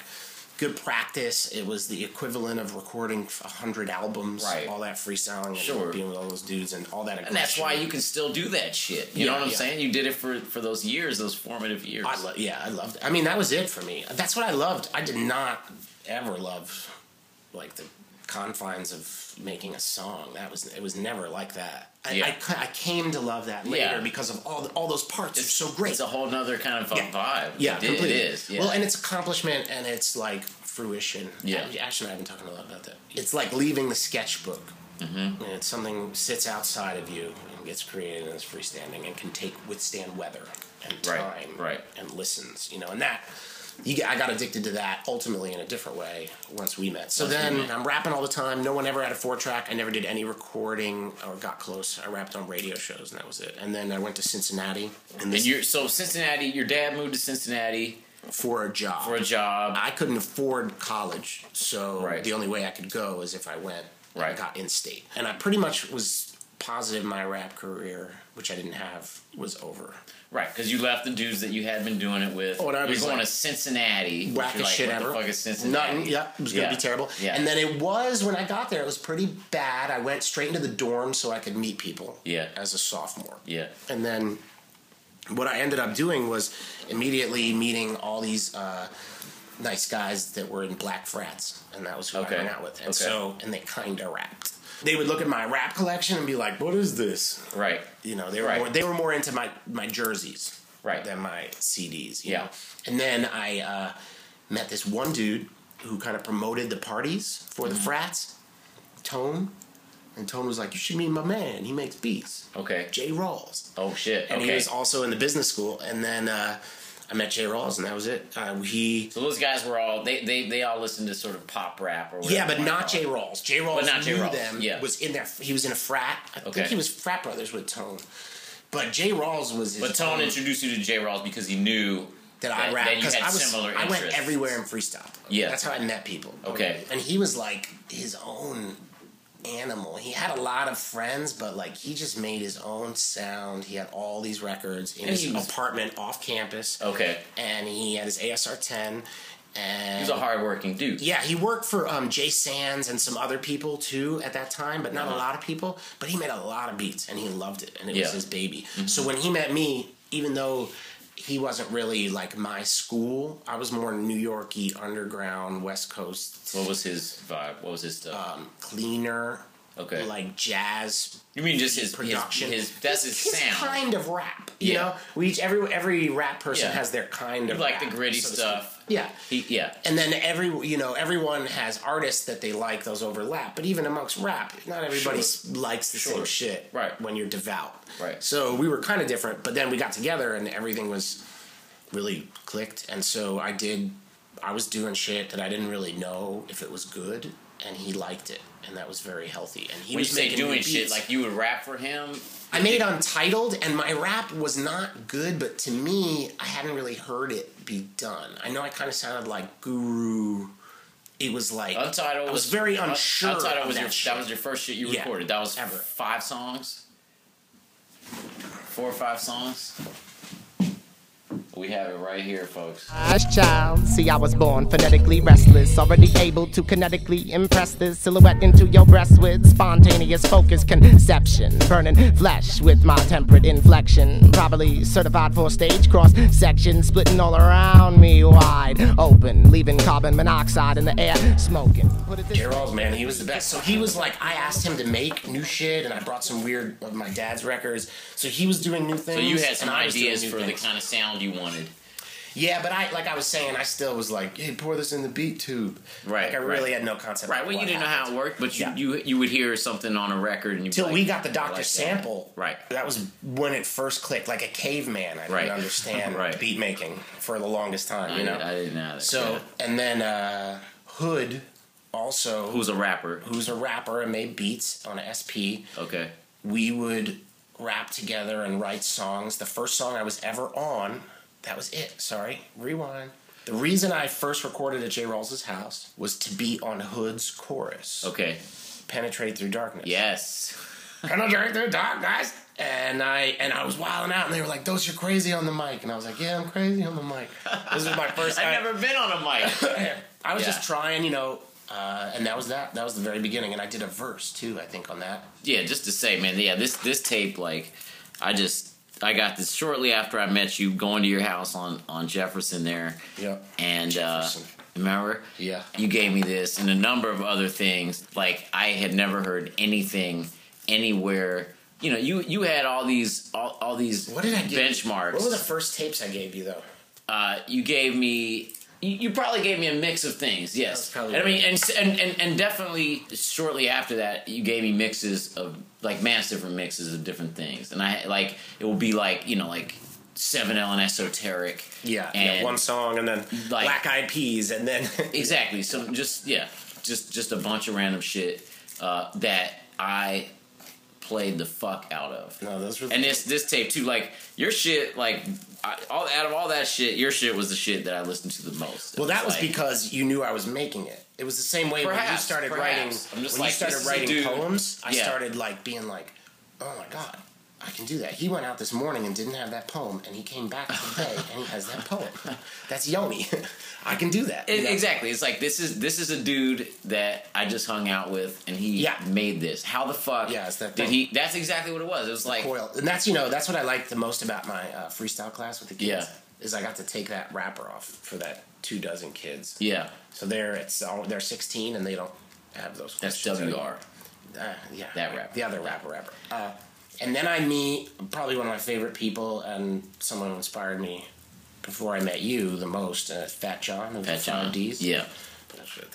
good practice. It was the equivalent of recording a hundred albums, Right. all that freestyling, Sure. and being with all those dudes, and all that. And that's why you can still do that shit. You know Yeah, what I'm yeah. saying? You did it for for those years, those formative years. I lo- yeah, I loved. It. I mean, that was it for me. That's what I loved. I did not ever love like the confines of making a song. That was it was never like that. I, Yeah. I, ca- I came to love that later Yeah. because of all the, all those parts are so great. It's a whole nother kind of a Yeah. vibe. Yeah, it, it completely. is. Yeah. Well, and it's accomplishment and it's like fruition. Yeah. I- Ash and I have been talking a lot about that. It's like leaving the sketchbook. Mm-hmm. And it's something sits outside of you and gets created and is freestanding and can take withstand weather and time Right, right. and listens. You know, and that you, get- I got addicted to that ultimately in a different way once we met. So then I'm rapping all the time. No one ever had a four track. I never did any recording or got close. I rapped on radio shows and that was it. And then I went to Cincinnati and and this you're so Cincinnati. Your dad moved to Cincinnati for a job. for a job. I couldn't afford college, so Right. the only way I could go is if I went and Right. got in state. And I pretty much was positive my rap career, which I didn't have, was over. right, because you left the dudes that you had been doing it with. Oh, and I you're was going like, to Cincinnati. which Wackest you're like, shit what ever. The fuck is Cincinnati? Nothing. Yep. It was Yeah, gonna be terrible. yeah. And then it was when I got there. It was pretty bad. I went straight into the dorm so I could meet people. Yeah. As a sophomore. Yeah. And then what I ended up doing was immediately meeting all these uh, nice guys that were in black frats, and that was who Okay. I hung out with. And Okay. so, and they kind of rapped. They would look at my rap collection and be like, "What is this?" Right. You know, they were Right. more, they were more into my my jerseys, Right. than my CDs. you Yeah. know? And then I uh, met this one dude who kind of promoted the parties for Mm-hmm. the frats, Tone, and Tone was like, "You should meet my man. He makes beats, Okay. Jay Rawls." Oh shit. and okay. he was also in the business school. And then uh, I met Jay Rawls, and that was it. Uh, he, so those guys were all they, they they all listened to sort of pop rap or whatever. yeah, but you wanna not call Jay it. Rawls. Jay Rawls not Jay knew Rawls, them. yeah. was in there. He was in a frat. I Okay. think he was frat brothers with Tone. But Jay Rawls was. His But Tone own- introduced you to J. Rawls because he knew that I that- rap that you because had I was similar I went interests. everywhere in freestyle. Yeah. that's how I met people. Okay. and he was like his own animal. He had a lot of friends, but like he just made his own sound. He had all these records in And his he was- apartment off campus. Okay. and he had his ASR ten. And He was a hardworking dude. yeah, he worked for um, Jay Sands and some other people too at that time, but not a lot of people. But he made a lot of beats and he loved it, and it Mm-hmm. Yeah. Mm-hmm. was his baby. So when he met me, even though he wasn't really like my school, I was more New Yorky underground West Coast Uh, What was his vibe? What was his stuff? um, cleaner. Okay. like jazz you mean just his production. His, his that's his, his sound. kind of rap. You Yeah. know, we each every every rap person Yeah. has their kind of like the rap, gritty so to stuff. speak. Yeah, He, yeah. and then every you know everyone has artists that they like. Those overlap, but even amongst rap, not everybody s likes the same Sure. shit. Right. When you're devout. Right. So we were kind of different, but then we got together and everything was really clicked. And so I did. I was doing shit that I didn't really know if it was good, and he liked it, and that was very healthy. And he When you was say making new doing shit, beats. like you would rap for him. I made Untitled, and my rap was not good, but to me, I hadn't really heard it be done. I know I kind of sounded like Guru. It was like Untitled I was very Un- unsure. Untitled of was that your shit. that was your first shit you Yeah, recorded. That was ever. five songs, four or five songs. We have it right here, folks. As child, see, I was born phonetically restless, already able to kinetically impress this silhouette into your breast with spontaneous focus conception, burning flesh with my temperate inflection. Probably certified for stage cross section, splitting all around me wide open, leaving carbon monoxide in the air, smoking. Put it this Jay Rawls, man, he was the best. So he was like, I asked him to make new shit, and I brought some weird of my dad's records. So he was doing new things. So you had some and I was doing ideas new for things. the kind of sound you wanted. Yeah, but I, like I was saying, I still was like, hey, pour this in the beat tube. Right, Like I really right. had no concept. Right. of Well, you what didn't know how happened. it worked, but you Yeah. you, you would hear something on a record and you Till we got the Dr. like that. sample. Right. That was when it first clicked. Like a caveman, I Right. didn't understand *laughs* Right. beat making for the longest time, I, you know? I didn't know that. so, yeah. and then uh, Hood also, who's a rapper? who's a rapper and made beats on SP, Okay. we would rap together and write songs. The first song I was ever on, that was it. Sorry, rewind. The reason I first recorded at Jay Rawls' house was to be on Hood's chorus, Okay. Penetrate Through Darkness. Yes. Colonel Drake, they're dark guys. And I and I was wilding out, and they were like, "Those, you're crazy on the mic." And I was like, "Yeah, I'm crazy on the mic." This *laughs* was my first. I've time. never been on a mic. *clears throat* I was Yeah. just trying, you know. Uh, and that was that. That was the very beginning. And I did a verse too, I think, on that. yeah, just to say, man, yeah, this this tape, like, I just I got this shortly after I met you, going to your house on on Jefferson there. Yep. And uh, Jefferson. remember, Yeah. you gave me this and a number of other things. Like I had never heard anything anywhere. You know, you you had all these all, all these What did I give? benchmarks. What were the first tapes I gave you though? uh, you gave me you, you probably gave me a mix of things yes That's probably and i mean and, s- and and and definitely shortly after that you gave me mixes of like mass different mixes of different things and i like it will be like you know like 7l and esoteric and yeah. One song, and then like- Black Eyed Peas, and then *laughs* exactly so just yeah just just a bunch of random shit uh, that i played the fuck out of no, those were. and this this tape too like your shit like I, all out of all that shit your shit was the shit that i listened to the most It well, that was like- because you knew I was making it. It was the same way when you Perhaps, started perhaps. writing. I'm just when like, you started this is a writing dude- poems, I Yeah. started like being like, "Oh my god, I can do that." He went out this morning and didn't have that poem, and he came *laughs* back today and he has that poem. That's yummy. *laughs* I can do that. It- you know? e, Exactly. It's like this is this is a dude that I just hung out with, and he Yeah. made this. How the fuck? Yeah, it's that did thing. he? That's exactly what it was. It was like Coil. And that's you know that's what I liked the most about my uh, freestyle class with the kids Yeah. is I got to take that wrapper off for that two dozen kids. yeah, So they're it's all, they're 16 and they don't have those. that's questions anymore. WR. Uh, yeah, That rapper. the other rapper, rapper. Uh, and then I meet probably one of my favorite people and someone who inspired me before I met you the most, uh, Fat John of the That John. Five Ds. Yeah,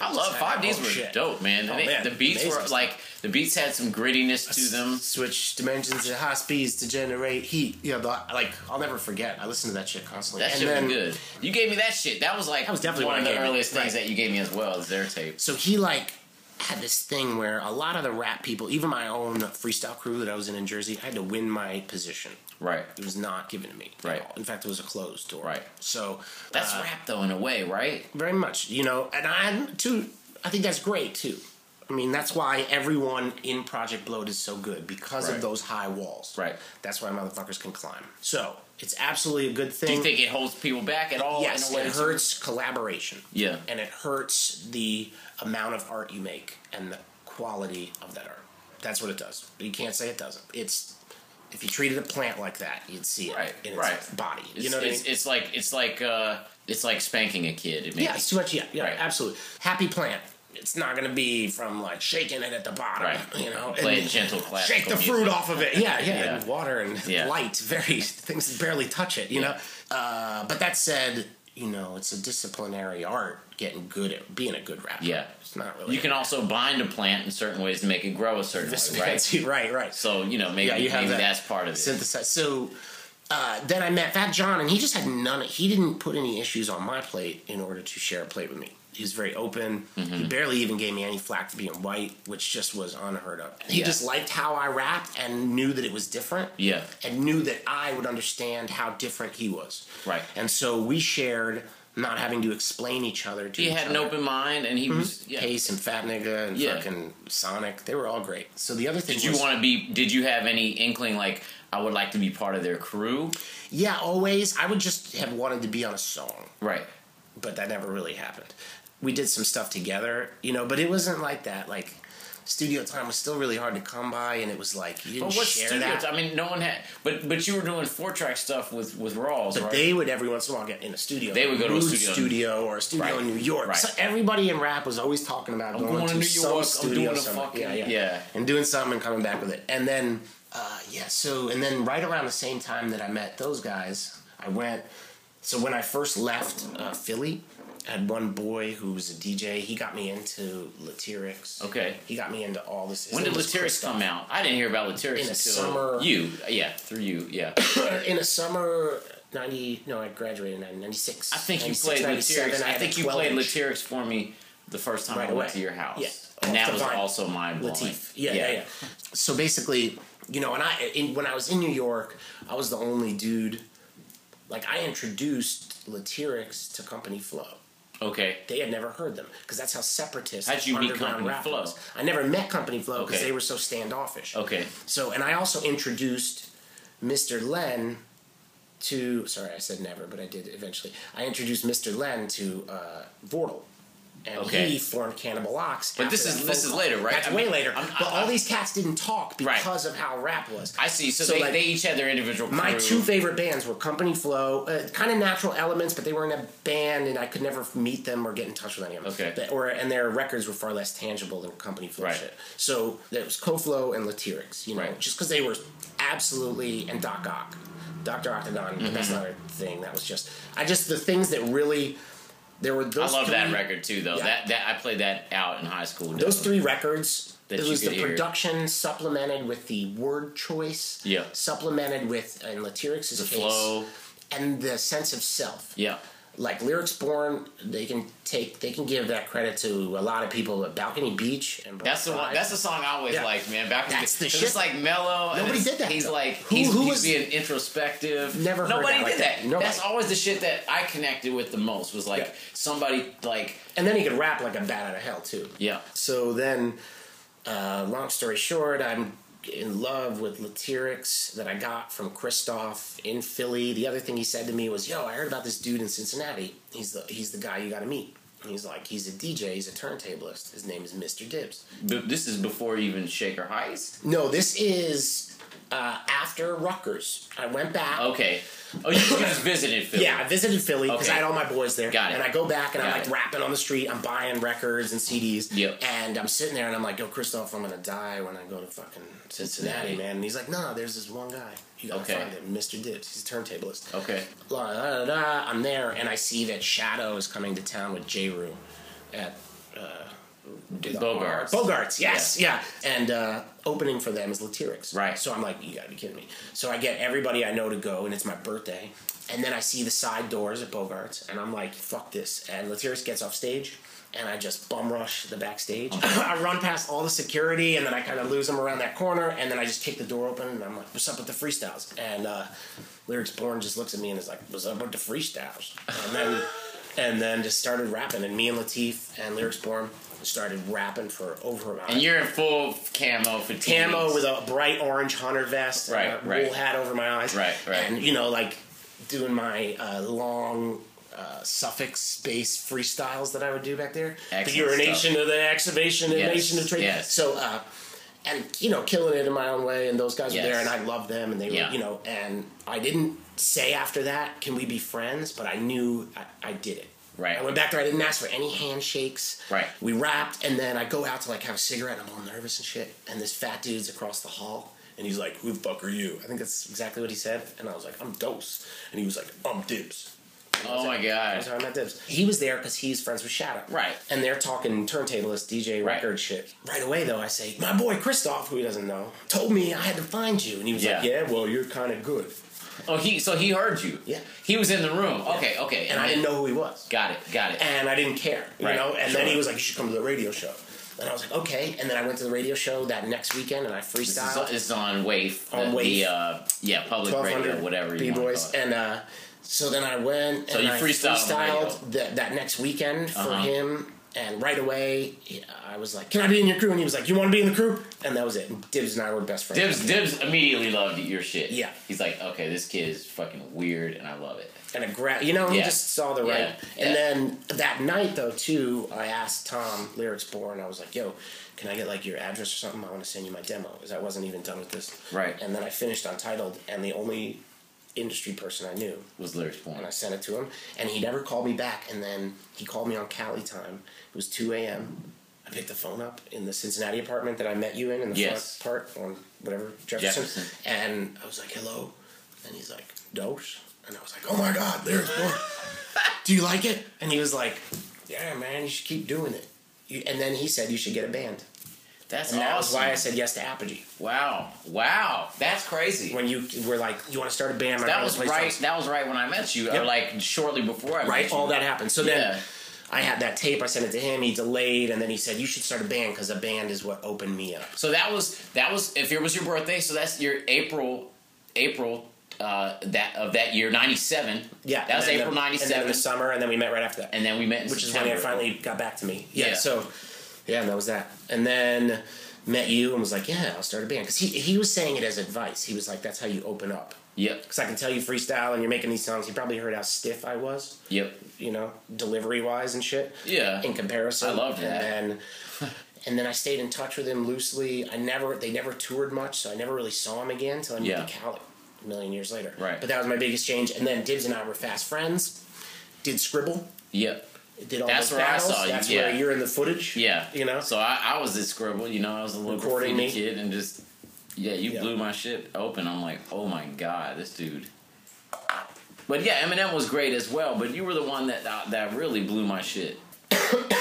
I love Five Ds Oh, were shit. dope, man. Oh, They- man, The beats amazing were stuff. like the beats had some grittiness to them. Switch dimensions at high speeds to generate heat. You know, the, like I'll never forget. I listen to that shit constantly. That and shit then, was good. You gave me that shit. That was like That was definitely one what of I the gave you. earliest things Right. that you gave me as well. Is their tapes. So he like had this thing where a lot of the rap people, even my own freestyle crew that I was in in Jersey, I had to win my position. Right. It was not given to me. at Right. all. In fact, it was a closed door. Right. So That's uh, rap though, in a way, right? very much, you know, and I too. I think that's great too. I mean, that's why everyone in Project Bloat is so good because Right. of those high walls. Right. That's why motherfuckers can climb. So it's absolutely a good Do thing. you think it holds people back at all? Mm. yes, in a way it too? hurts collaboration. Yeah. And it hurts the amount of art you make and the quality of that art. That's what it does. You can't say it doesn't. It's if you treated a plant like that, you'd see it Right, in its right. body. It's, you know what I mean? it's, it's like it's like uh, it's like spanking a kid. It Yeah, it's too much. Yeah, yeah, Right. absolutely. Happy plant. it's not gonna be from like shaking it at the bottom, Right. you know. Play and gentle classical Shake the music. fruit off of it. Yeah, yeah, Yeah. and water and Yeah. light, very things that barely touch it, you know. Uh, but that said, you know, it's a disciplinary art getting good at being a good rapper. Yeah. It's not really You can also bind a plant in certain ways to make it grow a certain way, *laughs* right? right, right, right. So you know maybe, Yeah, you have maybe that that's part of it. synthesize. So uh, then I met Fat John, and he just had none. Of, he didn't put any issues on my plate in order to share a plate with me. He was very open. He Mm-hmm. barely even gave me any flack for being white, which just was unheard of. He Yeah. just liked how I rapped and knew that it was different. Yeah. and knew that I would understand how different he was. Right. and so we shared. Not having to explain each other to he each had an other. open mind, and Mm-hmm. he was. Yeah. Pace and Fat Nigga and Yeah. fucking Sonic. They were all great. So the other thing Did you was- want to be? Did you have any inkling like I would like to be part of their crew? Yeah, always. I would just have wanted to be on a song, Right. but that never really happened. We did some stuff together, you know, but it wasn't like that. Like studio time was still really hard to come by, and it was like you didn't But what share studio? that. I mean, no one had. But but you were doing four track stuff with with Rawls, but right? they would every once in a while get in a studio. They would go to a Mood studio. or a studio Right. in New York. Right. So everybody in rap was always talking about I'm going, going to to New some York, I'm studio doing a somewhere. fucking- yeah, yeah, yeah. and doing some and coming back with it. And then uh, yeah, so and then right around the same time that I met those guys, I went. So when I first left uh, Philly, I had one boy who was a DJ. He got me into Latyrix. Okay. He got me into all this. his when did name was Latyrix come out? I didn't hear about Latyrix In the until summer. you. Yeah, through you. Yeah. Chris- In the summer. 90, no, I graduated in 96. *coughs* I think you 96, played 97, Latyrix. had I a think you 12 played inch. Latyrix for me the first time Right I went away. to your house. Yeah. And Off that the was vine. also mind blowing. Latif. Yeah, yeah, yeah. So basically, you know, and I in, when I was in New York, I was the only dude. Like I introduced Latyrix to Company Flow. Okay. They had never heard them because that's how separatist. How'd you meet underground Company rap Flow? was. I never met Company Flow because Okay. they were so standoffish. Okay. So, and I also introduced Mr. Len to. Sorry, I said never, but I did eventually. I introduced Mr. Len to uh, Vortal. And Okay. he formed Cannibal Ox. But this after is- that this phone is call. later, right? That's I way mean, later. I'm- but all I'm- these cats didn't talk Right. because of how rap was. I see. So, So, they, like, they each had their individual my crew. two favorite bands were Company Flow, uh, kind of natural elements, but they were in a band, and I could never meet them or get in touch with any of them. Okay. But- or and their records were far less tangible than Company Flow Right. shit. So there was CoFlow and Latyrix, you know, Right. just because they were absolutely and Doc Ock, Doctor Octagon. Mm-hmm. But that's not a thing. That was just I just the things that really there were I those. love that three- record too, though. Yeah. That that I played that out in high school. those definitely. three records That it you was the could hear. production supplemented with the word choice Yeah. supplemented with in Latyrix's The case flow. and the sense of self Yeah. like lyrics born they can take they can give that credit to a lot of people at balcony beach and That's the one. That's the song I always Yeah. liked, man. Back That's the 'cause shit. It's like mellow. and Nobody it's- did that, He's though. like Who- he's, who he's was- being introspective. Never heard Nobody that like did that. that. Nobody. That's always the shit that I connected with the most. Was like Yeah. somebody like and then he could rap like a bat out of hell too yeah. so then uh, long story short i'm in love with Latyrix that I got from Christoph in Philly. The other thing he said to me was, "Yo, I heard about this dude in Cincinnati. He's the he's the guy you got to meet." And he's like, "He's a DJ. He's a turntablist. His name is Mr. Dibs." B- this is before even Shaker Heights. No, this is uh, after Rutgers. I went back. Okay. Oh, you you just visited Philly. Yeah, I visited Philly because Okay. I had all my boys there. Got it. And I go back and Got I'm like it. rapping on the street. I'm buying records and CDs. Yep. And I'm sitting there and I'm like, yo, Christoph, I'm going to die when I go to fucking Cincinnati, Cincinnati. man. And he's like, no, there's this one guy. You got to Okay. find him, Mr. Dibs. He's a turntablist. Okay. La, da, da, da. I'm there and I see that Shadow is coming to town with J. Rue at Bogarts. Bogarts, yes, yeah. And uh, opening for them is Latyrix. Right. So I'm like, you gotta be kidding me. So I get everybody I know to go, and it's my birthday. And then I see the side doors at Bogarts, and I'm like, fuck this. And Latyrix gets off stage, and I just bum rush the backstage. *laughs* I run past all the security, and then I kind of lose them around that corner, and then I just kick the door open, and I'm like, what's up with the freestyles? And uh, Lyrics Born just looks at me and is like, what's up with the freestyles? And then. And then just started rapping, and me and Latif and Lyrics Born started rapping for over an hour And you're in full camo fatigue. camo with a bright orange hunter vest, Right, and a right. wool hat over my eyes, Right, right. and you know, like doing my uh, long uh, suffix based freestyles that I would do back there. Excellent the urination stuff. of the excavation, and Yes, nation of trade. yes. So, uh, and you know, killing it in my own way. And those guys Yes. were there, and I loved them, and they Yeah. were, you know, and I didn't say after that, "Can we be friends?" But I knew I, I did it. Right. I went back there. I didn't ask for any handshakes. Right. We rapped, and then I go out to like have a cigarette. and I'm all nervous and shit. And this fat dude's across the hall, and he's like, "Who the fuck are you?" I think that's exactly what he said. And I was like, "I'm Dose," and he was like, "I'm Dibs." Oh my That was god. how I met Dibs. He was there because he's friends with Shadow. Right. And they're talking turntablist DJ Right. record shit. Right away though, I say, my boy Christoph, who he doesn't know, told me I had to find you, and he was like, Yeah. yeah, well, you're kind of good, Oh, he so he heard you. Yeah. He was in the room. Okay, okay. and I didn't know who he was. Got it. Got it. and I didn't care, you Right. know. And then Sure. he was like, "You should come to the radio show," and I was like, "Okay." And then I went to the radio show that next weekend, and I This is, freestyled it's on Waif. On the, Waif. The, uh, yeah, public twelve radio, hundred whatever you b want boys, to call it. and uh, so then I went. So and you I freestyled on the freestyled that that next weekend for Uh-huh. him. And right away, he- I was like, "Can I be in your crew?" And he was like, "You want to be in the crew?" And that was it. And Dibs and I were best friends. Dibs, Dibs immediately loved your shit. Yeah. He's like, okay, this kid is fucking weird, and I love it. and a gra- you know, he Yeah. just saw the Yeah. right. And Yeah. then that night though too, I asked Tom Lyrics Born, I was like, "Yo, can I get like your address or something? I want to send you my demo because I wasn't even done with this." Right. And then I finished Untitled, and the only industry person I knew, Was lyrics porn. and I sent it to him, and he never called me back. And then he called me on Cali time. It was two a.m. I picked the phone up in the Cincinnati apartment that I met you in in the Yes. front part on whatever Jefferson. Jefferson. and I was like, "Hello," and he's like, "Dose," and I was like, "Oh my God, there's *laughs* more." Do you like it? And he was like, "Yeah, man, you should keep doing it." You, and then he said, "You should get a band." That's And that was awesome. why I said yes to Apogee. wow. Wow. That's crazy. When you were like, "You want to start a band?" I that wanna was play right. songs." That was right when I met you, or Yep. like shortly before I met Right, you. all that happened. So then. Yeah. I had that tape. I sent it to him. He delayed, and then he said, "You should start a band because a band is what opened me up." So that was that was if it was your birthday. So that's your April, April uh, that of that year ninety seven. Yeah, that was and then April the- ninety And then in seven. the summer, and then we met right after that, And then we met in which is when September. he finally got back to me. Yeah, Yeah. So, yeah, and that was that. And then met you and was like, "Yeah, I'll start a band." Because he he was saying it as advice. He was like, "That's how you open up." Yep. Because I can tell you freestyle, and you're making these songs. He probably heard how stiff I was, Yep. you know, delivery wise and shit. Yeah. in comparison. I love that. And then, and then I stayed in touch with him loosely. I never they never toured much, so I never really saw him again until I moved Yeah. to Cali a million years later. Right. But that was my biggest change. And then Dibs and I were fast friends. Did scribble. Yep. Did all That's those where I battles. saw you, That's yeah. where you're in the footage. Yeah. You know. So I, I was this scribble. You know, I was a little Recording graffiti me. kid and just yeah, you Yeah. blew my shit open. I'm like, oh my god, this dude. But yeah, Eminem was great as well. But you were the one that that, that really blew my shit. *coughs*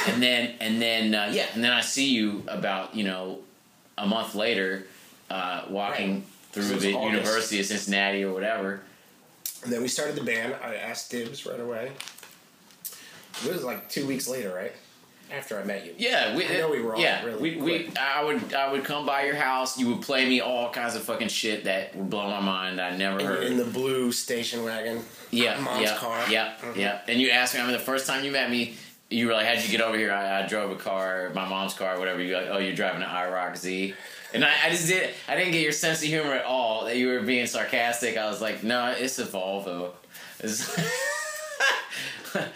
and then and then uh, yeah, and then I see you about you know a month later uh, walking Right. This through was the August. University of Cincinnati or whatever. And then we started the band. I asked Dibs right away. It was like two weeks later, right? After I met you. Yeah, we, I know we were on yeah, it really we, we, quick. I would, I would come by your house. You would play me all kinds of fucking shit that would blow my mind. I never In, heard. in the blue station wagon. yeah, mom's yeah, car. Mm-hmm. Yeah, yeah. And you asked me. I mean, the first time you met me, you were like, "How'd you get over here?" I, I drove a car, my mom's car, whatever. You like, oh, you're driving an IROC Z. And I, I just did. I didn't get your sense of humor at all. That you were being sarcastic. I was like, "No, it's a Volvo." It's- *laughs*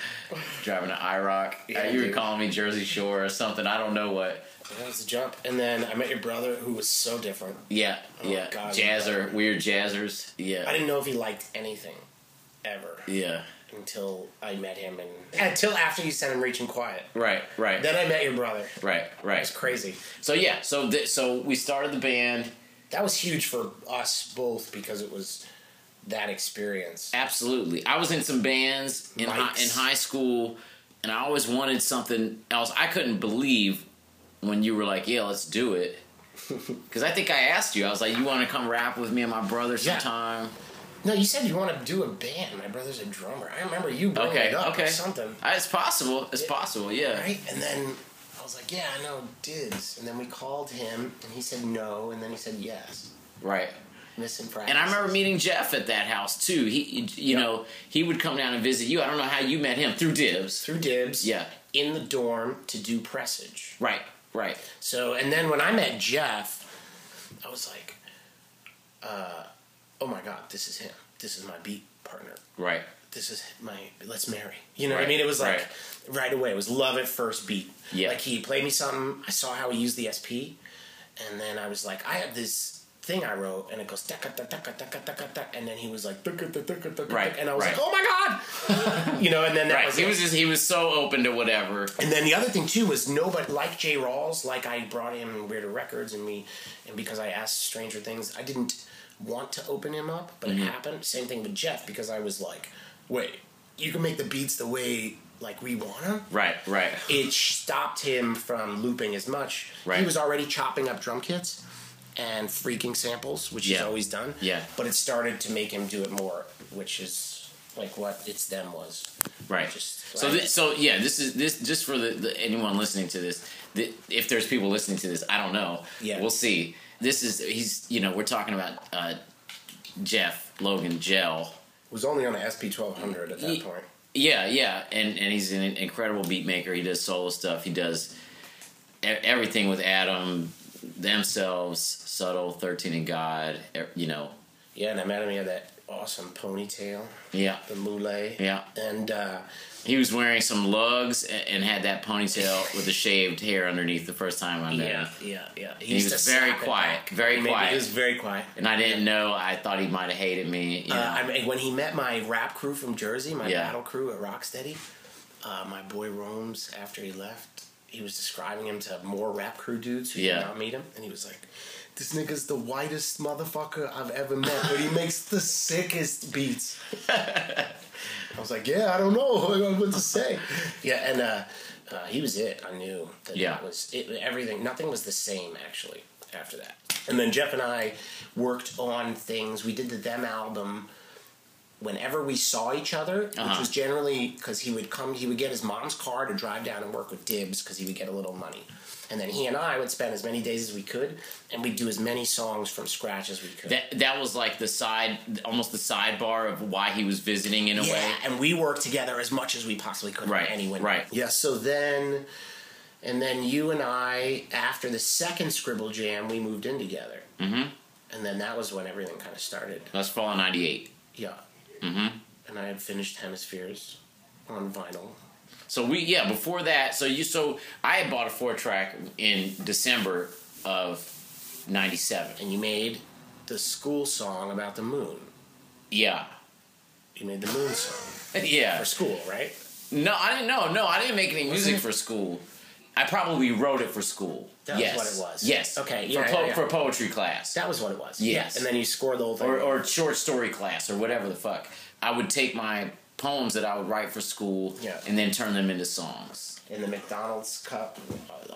driving an IROC. Yeah, you were dude. calling me Jersey Shore or something. I don't know what. That was the jump. And then I met your brother, who was so different. Yeah, yeah. Oh, God, Jazzer, yeah. weird jazzers. Yeah. I didn't know if he liked anything ever yeah. until I met him and until after you sent him Reaching Quiet. Right, right. Then I met your brother. right, It's right. crazy. So yeah, so th- so we started the band. That was huge for us both because it was that experience. Absolutely. I was in some bands in high, Mics. in high school and I always wanted something else. I couldn't believe when you were like, "Yeah, let's do *laughs* it." Cuz I think I asked you. I was like, "You want to come rap with me and my brother Yeah. sometime?" No, you said you want to do a band. My brother's a drummer. I remember you bringing Okay, it up okay. or something, Uh, It's possible. It's possible. Yeah. right? And then I was like, yeah, I know Dibs. And then we called him and he said no, and then he said yes. right. Missing practice. And I remember meeting Jeff at that house too. He, you know, he would come down and visit you. I don't know how you met him through Dibs. through Dibs. Yeah, In the dorm to do pressage. right, right. So, and then when I met Jeff, I was like, uh, oh my God, this is him. This is my beat partner. Right. This is my, let's marry. You know what Right, I mean? It was like right. right. away. It was love at first beat. Yeah. Like he played me something. I saw how he used the SP. And then I was like, I have this thing I wrote, and it goes taka taka taka taka taka taka, and then he was like taka taka taka taka, Right, and I was right. like, oh my god, *laughs* you know, and then that Right. was He it. was just he was so open to whatever. And then the other thing too was nobody like Jay Rawls, like I brought him in Weirder Records and me and because I asked Stranger Things, I didn't want to open him up, but Mm-hmm. it happened. Same thing with Jeff because I was like, wait, you can make the beats the way like we want them. Right, right. It stopped him from looping as much. Right. He was already chopping up drum kits and freaking samples, which he's Yeah. always done. Yeah. But it started to make him do it more, which is like what it's them was. Right. Just- so, thi- so yeah, this is this just for the, the anyone listening to this. The, if there's people listening to this, I don't know. Yeah. we'll see. This is he's you know we're talking about uh, Jeff Logan Gel. It was only on the SP twelve hundred at that Ye- point. Yeah, yeah, and and he's an incredible beat maker. He does solo stuff. He does e- everything with Adam, themselves, subtle, thirteen, and God. e- You know, Yeah, and I met him. He had that awesome ponytail, yeah, the moulet. yeah. And uh, He was wearing some lugs a- and had that *laughs* ponytail with the shaved hair underneath the first time I met him. yeah, yeah. He, was very slap it quiet, back. very Maybe quiet. He was very quiet. and I didn't know. I thought he might have hated me. You know? Uh, I mean, when he met my rap crew from Jersey, my Yeah. battle crew at Rocksteady, uh, my boy Rome's after he left, he was describing him to more rap crew dudes who Yeah. did not meet him, and he was like, "This nigga's the whitest motherfucker I've ever met, but he makes the sickest beats." I was like, "Yeah, I don't know *laughs* what to say." yeah, and uh, uh, he was it. I knew that Yeah. that was it. Everything, nothing was the same actually after that. And then Jeff and I worked on things. We did the Them album whenever we saw each other, which Uh-huh. was generally because he would come, he would get his mom's car to drive down and work with Dibs because he would get a little money. And then he and I would spend as many days as we could, and we'd do as many songs from scratch as we could. that that was like the side, almost the sidebar of why he was visiting in a yeah, way. and we worked together as much as we possibly could. Right, on any window. right. Yeah. So then, and then you and I, after the second Scribble Jam, we moved in together. Mm-hmm. And then that was when everything kind of started. That's fall of '98. Yeah. Mm-hmm. And I had finished Hemispheres on vinyl. So we yeah before that. So you so I had bought a four track in December of '97. and you made the school song about the moon. Yeah. *laughs* You made the moon song Yeah. for school, right? No, I didn't know. No, I didn't make any music for school. I probably wrote it for school. That was yes. what it was. Yes. Okay, For, yeah, po- yeah, yeah. for poetry class. That was what it was. Yes. And then you scored the whole thing. or, or short story class or whatever the fuck. I would take my poems that I would write for school Yeah. and then turn them into songs. in the McDonald's cup,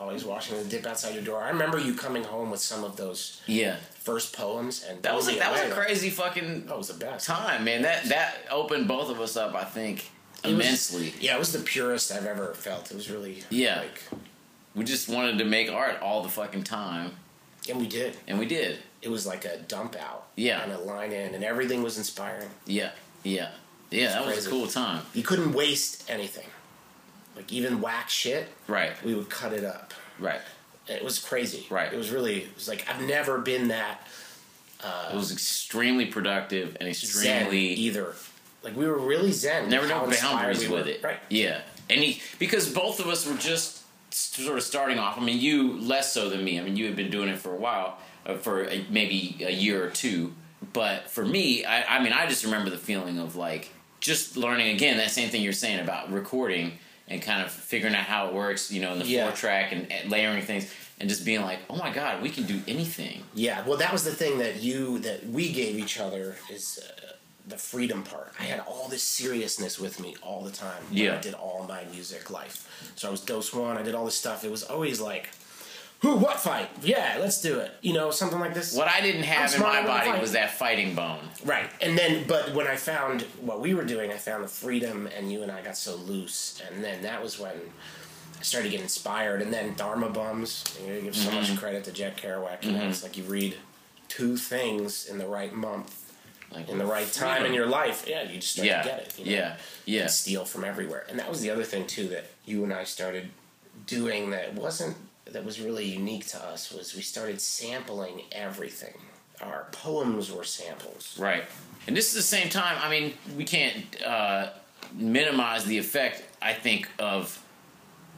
always washing the dip outside your door. I remember you coming home with some of those Yeah, first poems, and that was a, blew me that was a away. crazy fucking That was the best. time, man. That that opened both of us up, I think, was- immensely. Yeah, it was the purest I've ever felt. It was really Yeah. like, we just wanted to make art all the fucking time, and we did. and we did. It was like a dump out, Yeah. and a line in, and everything was inspiring. Yeah, yeah, yeah. That was crazy. a cool time, You couldn't waste anything, like even whack shit. right? We would cut it up. Right. It was crazy. Right. It was really. It was like I've never been that it was extremely productive and zen extremely either. Like we were really zen. never with how know inspired boundaries we with were. it. Right. Yeah. And he, because both of us were just st- sort of starting off. I mean, you less so than me. I mean, you had been doing it for a while, uh, for a, maybe a year or two. But for me, I, I mean, I just remember the feeling of like just learning again that same thing you're saying about recording and kind of figuring out how it works, you know, in the Yeah. four track and, and layering things and just being like, oh my God, we can do anything. Yeah. Well, that was the thing that you that we gave each other is uh, the freedom part. I had all this seriousness with me all the time. when Yeah. I did all my music life. So I was Dose One. I did all this stuff. It was always like, who, what fight? Yeah, let's do it. You know, something like this. What I didn't have in smart, my I'm gonna body fight. was that fighting bone. Right. And then, but when I found what we were doing, I found the freedom, and you and I got so loose. And then that was when I started getting inspired. And then Dharma Bums, you know, you give so Mm-hmm. much credit to Jack Kerouac. You know, it's like you read two things in the right month, Like, in the right time in your life. Yeah, you just start yeah, to get it. You know? yeah, yeah. Steal from everywhere. And that was the other thing, too, that you and I started doing that wasn't, that was really unique to us, was we started sampling everything. Our poems were samples. Right. And this is the same time, I mean, we can't uh, minimize the effect, I think, of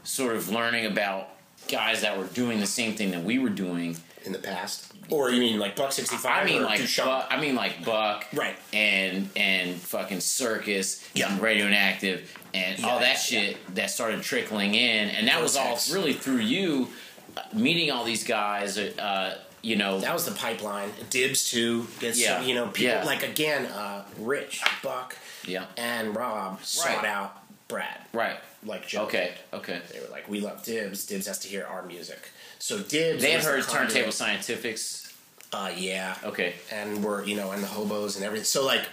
sort of learning about guys that were doing the same thing that we were doing in the past? Or you mean like Buck sixty five? I mean or like Duchamp? Buck, I mean like Buck, Right. And and fucking Circus, Yeah. and Radioactive, and all yeah, that shit that started trickling in, and that was all Vortex. really through you uh, meeting all these guys. Uh, you know, That was the pipeline. Dibs too. Gets Yeah. you know people Yeah. like again, uh, Rich Buck, Yeah. and Rob sought Right. out Brad right? like Joe. Okay, okay. they were like, we love Dibs. Dibs has to hear our music. So Dibs. They had was the heard conduit. Turntable Scientifics. Uh, yeah. Okay, And we're you know and the hobos and everything. So like,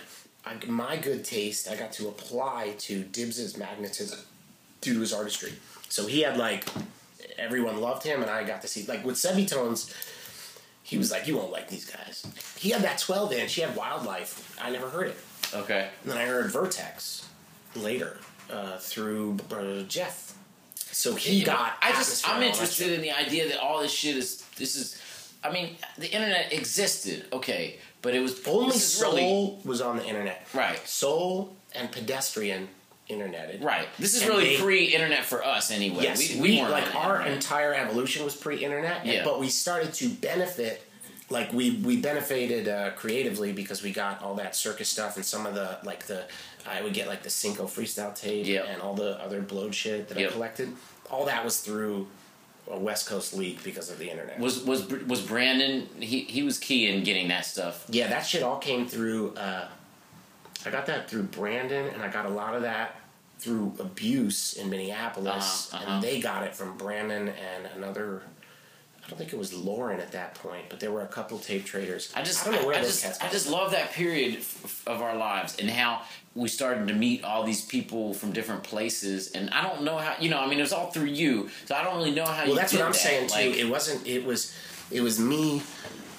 I, my good taste, I got to apply to Dibs's magnetism due to his artistry. So he had like everyone loved him, and I got to see like with semitones. He was like, "You won't like these guys." He had that twelve inch. He had Wildlife. I never heard it. okay. And then I heard Vertex later uh, through uh, Jeff. So he got. I just atmosphere I'm and all that interested shit. in the idea that all this shit is this is. I mean, the internet existed, okay, but it was Only this is Soul really- was on the internet. Right. Soul and pedestrian interneted. Right. This is And really they- pre-internet for us, anyway. Yes, we, we, we, weren't on like the our internet. entire evolution was pre-internet, Yeah. but we started to benefit. Like we we benefited uh, creatively because we got all that circus stuff and some of the like the I would get like the Cinco freestyle tape Yep. and all the other blowed shit that Yep. I collected. All that was through a West Coast league because of the internet. was was was Brandon. He he was key in getting that stuff. yeah, that shit all came through. Uh, I got that through Brandon, and I got a lot of that through abuse in Minneapolis, Uh-huh, uh-huh. and they got it from Brandon and another. I don't think it was Lauren at that point, but there were a couple tape traders. I just I don't know where I those just, cats. I got just it. love that period f- of our lives and how we started to meet all these people from different places. And I don't know how you know. I mean, it was all through you, so I don't really know how. you well, that's did what I'm that. saying too. Like, it wasn't. It was. It was me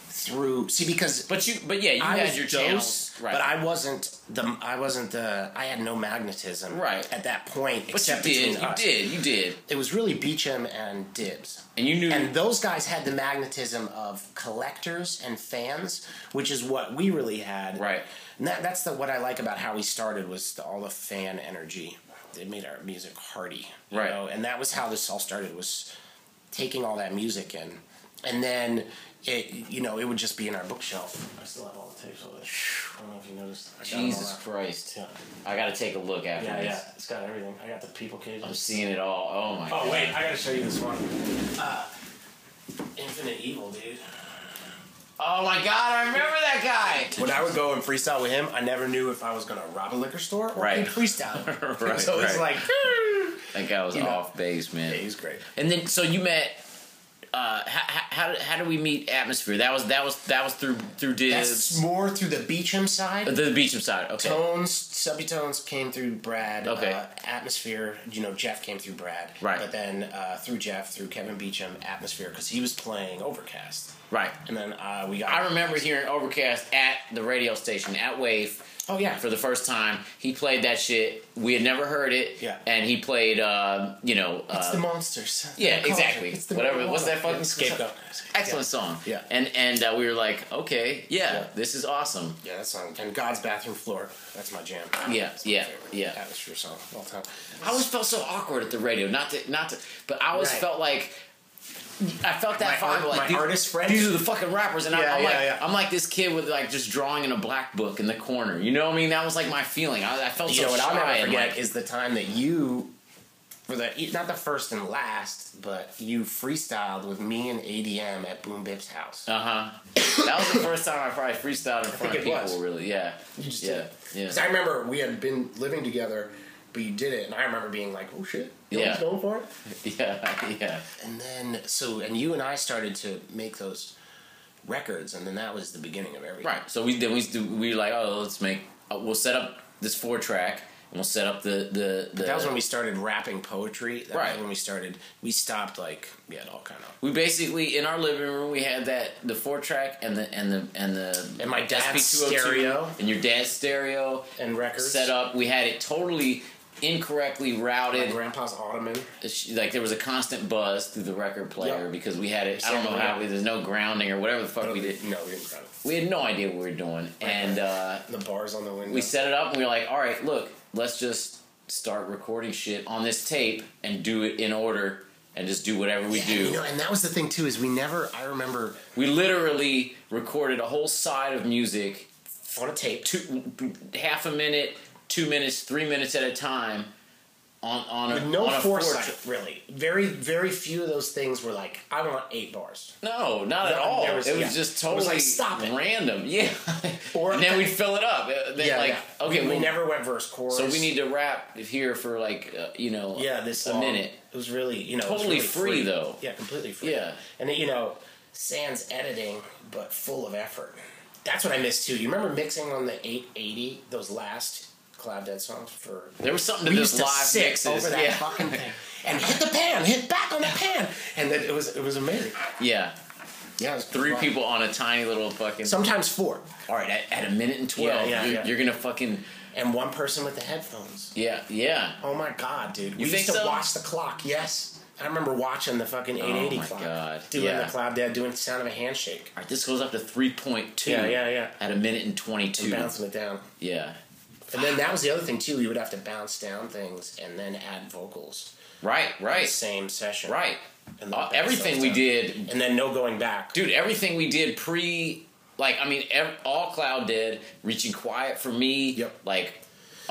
through. See, because but you, but yeah, you I had was your dose, channels, right? but I wasn't the. I wasn't the. I had no magnetism. Right. At that point, but you except did, between you us. did, you did, It was really Beecham and Dibs. and you knew. And those guys had the magnetism of collectors and fans, which is what we really had. Right. And that, that's the, what I like about how we started was the, all the fan energy. It made our music hearty. you Right. know? And that was how this all started was taking all that music in. And then it, you know, it would just be in our bookshelf. I still have all the tapes of it. I don't know if you noticed. I got it all Jesus out. Christ! Yeah. I got to take a look after Yeah, this. yeah. It's got everything. I got the people cages. I'm seeing it all. Oh my god! Oh wait, I gotta show you this one. Uh, Infinite Evil, dude. Oh my god! I remember that guy. When I would go and freestyle with him, I never knew if I was gonna rob a liquor store or Right. *laughs* play freestyle. Right, so it's right. like, "Hmm." That guy was You know. off base, man. yeah, he's great. And then, so you met. Uh, how, how, did- how did we meet Atmosphere? That was that was that was through through That's Dibs, more through the Beecham side. the Beecham side. Okay, Tones, subtones came through Brad. Okay. Uh, atmosphere, you know, Jeff came through Brad. Right. But then uh, through Jeff, through Kevin Beecham, Atmosphere, because he was playing Overcast. right. And then uh, we got. I remember hearing Overcast at the radio station at Wave Oh, yeah. for the first time. He played that shit. We had never heard it. Yeah. and he played. Uh, you know, uh, It's the monsters. Yeah, Culture. exactly. It's the Whatever- what's that marijuana. fucking- scapegoat? excellent song. Yeah. and and uh, we were like, okay, yeah, Yeah. this is awesome. Yeah, that song. And God's bathroom floor. That's my jam. Yeah, It's my yeah, favorite yeah. Atmosphere song of all time. I always felt so awkward at the radio. Not to, not to, but I always Right. felt like I felt that My vibe. art- like my these, artist friends? these are the fucking rappers, and Yeah, I, am yeah, like, yeah. I'm like this kid with like just drawing in a black book in the corner. You know what I mean? That was like my feeling. I, I felt You so know what shy. I'll never and, forget like, is the time that you, for the not the first and last, but you freestyled with me and ADM at Boom Bip's house. uh huh. That was the first time I probably freestyled in front it of people. was. Really, yeah, You just yeah, did yeah. Because I remember we had been living together, but you did it, and I remember being like, "Oh shit, you Yeah. always going for it." *laughs* yeah, yeah. And then so and you and I started to make those records, and then that was the beginning of everything. Right. So we then we we were like, oh, let's make. Uh, we'll set up this four track, and we'll set up the the. the That was when we started rapping poetry. That Right. was when we started. We stopped like we had all kind of. We basically in our living room we had that the four track and the and the and the And my dad's SP202 stereo. and your dad's stereo And records. set up. We had it totally incorrectly My routed. grandpa's ottoman. It's- Like there was a constant buzz through the record player Yep. because we had it. I don't know how. There's no grounding or whatever the fuck we did. No, we didn't grab it. We had no idea what we were doing, and uh, The bars on the window. we set it up and we were like, all right, look, let's just start recording shit on this tape and do it in order and just do whatever we Yeah, do. You know, and that was the thing too is we never. I remember we literally recorded a whole side of music, on a tape. two, half a minute, two minutes, three minutes at a time, on on a With no on a four foresight, track. really. Very, very few of those things were like, I want eight bars. No, not at No, all. there was- it was yeah. just It was totally like, stop it. random. *laughs* Yeah, Or- and *laughs* then we'd fill it up. Uh, Then like okay, we well, never went verse chorus. So we need to rap here for like uh, you know yeah, this a long. minute. It was really, you know, it was Totally really free, though. Yeah, completely free. Yeah. and then, you know, sans editing, but full of effort. That's what I miss too. You remember mixing on the eight eighty those last Cloud Dead songs for There was something to we this used to live sit mixes. over that yeah. *laughs* fucking thing and hit the pan, hit back on the pan, and then it was it was amazing. yeah, Yeah, it was three fun. people on a tiny little fucking. sometimes four, all right, at, at a minute and twelve, Yeah, yeah, you're, yeah. you're gonna fucking and one person with the headphones. yeah yeah. Oh my god, dude. we think used to so? Oh watch the clock. Yes. I remember watching the fucking 880 my clock. God. Doing Yeah. the cloud dad doing the sound of a handshake. All right, this goes up to three point two. Yeah, yeah, yeah. At a minute and twenty two. Bouncing it down. Yeah, And then that was the other thing too, you would have to bounce down things and then add vocals. right, in The right, same session. right. And then Uh, bounce everything those we down. did And then no going back. dude everything we did pre like i mean ev- all cloud did reaching quiet for me Yep. like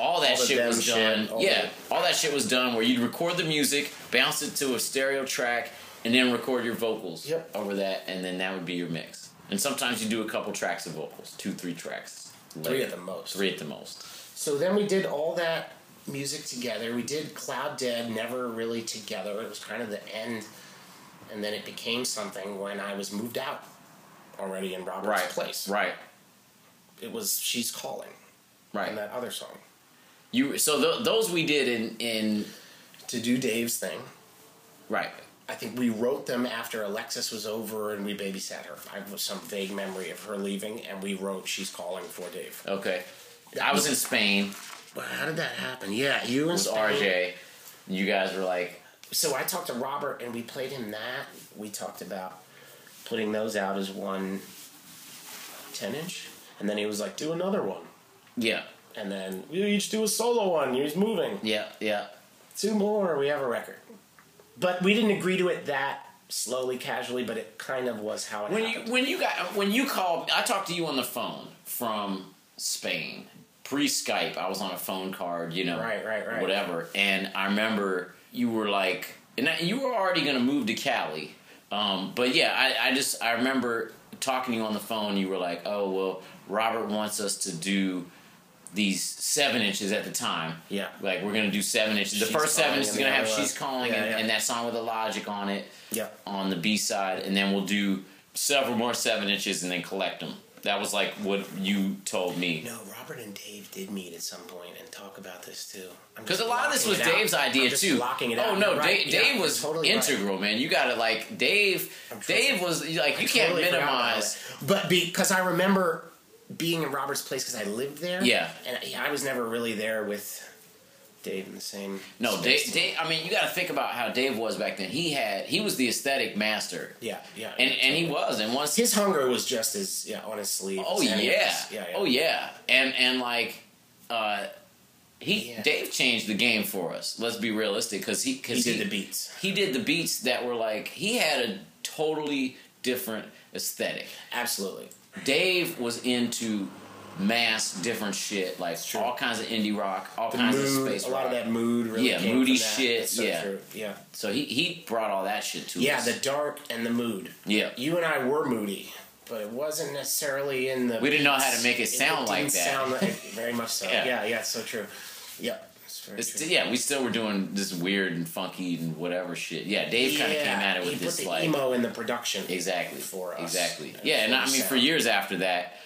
all that All the shit them was shit, done all yeah that. all that shit was done where you'd record the music bounce it to a stereo track and then record your vocals Yep. over that and then that would be your mix and sometimes you do a couple tracks of vocals two three tracks Three Like, at the most. three at the most So then we did all that music together. We did Cloud Dead, never really together. It was kind of the end, and then it became something when I was moved out already in Robert's right place. right It was She's Calling and right that other song. you so th- those we did in in To do Dave's thing. right I think we wrote them after Alexis was over and we babysat her. I have some vague memory of her leaving, and we wrote She's Calling for Dave. okay i was in spain But how did that happen? Yeah, you and it was Stephanie- rj you guys were like so I talked to Robert and we played him that. We talked about putting those out as one 10 inch. And then he was like, do another one. Yeah, And then we each do a solo one. He's moving. yeah, yeah. Two more, we have a record. But we didn't agree to it that slowly, casually, but it kind of was how it When you happened. when you got when you called, I talked to you on the phone from Spain pre Skype. I was on a phone card, you know, Right, right, right. whatever. And I remember you were like, and I- you were already going to move to Cali, um, but yeah, I, I just I remember talking to you on the phone. You were like, oh well, Robert wants us to do. These seven inches at the time, Yeah. Like we're gonna do seven inches. The She's first seven Calling inches is and the gonna have other one. "She's Calling" Yeah, and, yeah. and that song with the logic on it. yeah. on the B side, and then we'll do several more seven inches and then collect them. That was like what you told me. No, Robert and Dave did meet at some point and talk about this too. I'm Because a just lot of this blocking was it out. Dave's idea I'm just too. Blocking it oh out. no, You're right. Dave, Yeah, Dave you're was totally right. integral, man. You gotta like Dave. I'm sure Dave so. was like you can't totally forgot about minimize. that. But because I remember being in Robert's place because I lived there. Yeah. and I, I was never really there with Dave in the same. No, space. Dave, Dave. I mean, you got to think about how Dave was back then. He had he was the aesthetic master. Yeah, yeah. and and he was. And once his hunger was just as yeah on his sleeve. Oh as yeah. any of us. yeah, yeah. Oh yeah. And and like uh he Yeah. Dave changed the game for us. Let's be realistic cuz he cuz He did the beats. He did the beats that were like he had a totally different aesthetic. Absolutely. Dave was into mass different shit like true. all kinds of indie rock, all The kinds mood, of space a lot rock. of that mood. Really Yeah, came moody from that. shit, That's So yeah. true. yeah, So he he brought all that shit to yeah. us. The dark and the mood. yeah. You and I were moody, but it wasn't necessarily in the. We didn't know how to make it sound didn't like that. Sound like, very much so. *laughs* Yeah. yeah, yeah, it's so true. Yep. It's very It's, true. yeah, we still were doing this weird and funky and whatever shit. Yeah, Dave kind of came at it he with put this the like emo in the production. Exactly. for us. Exactly. And Yeah, and for I the mean, for sound. years after that,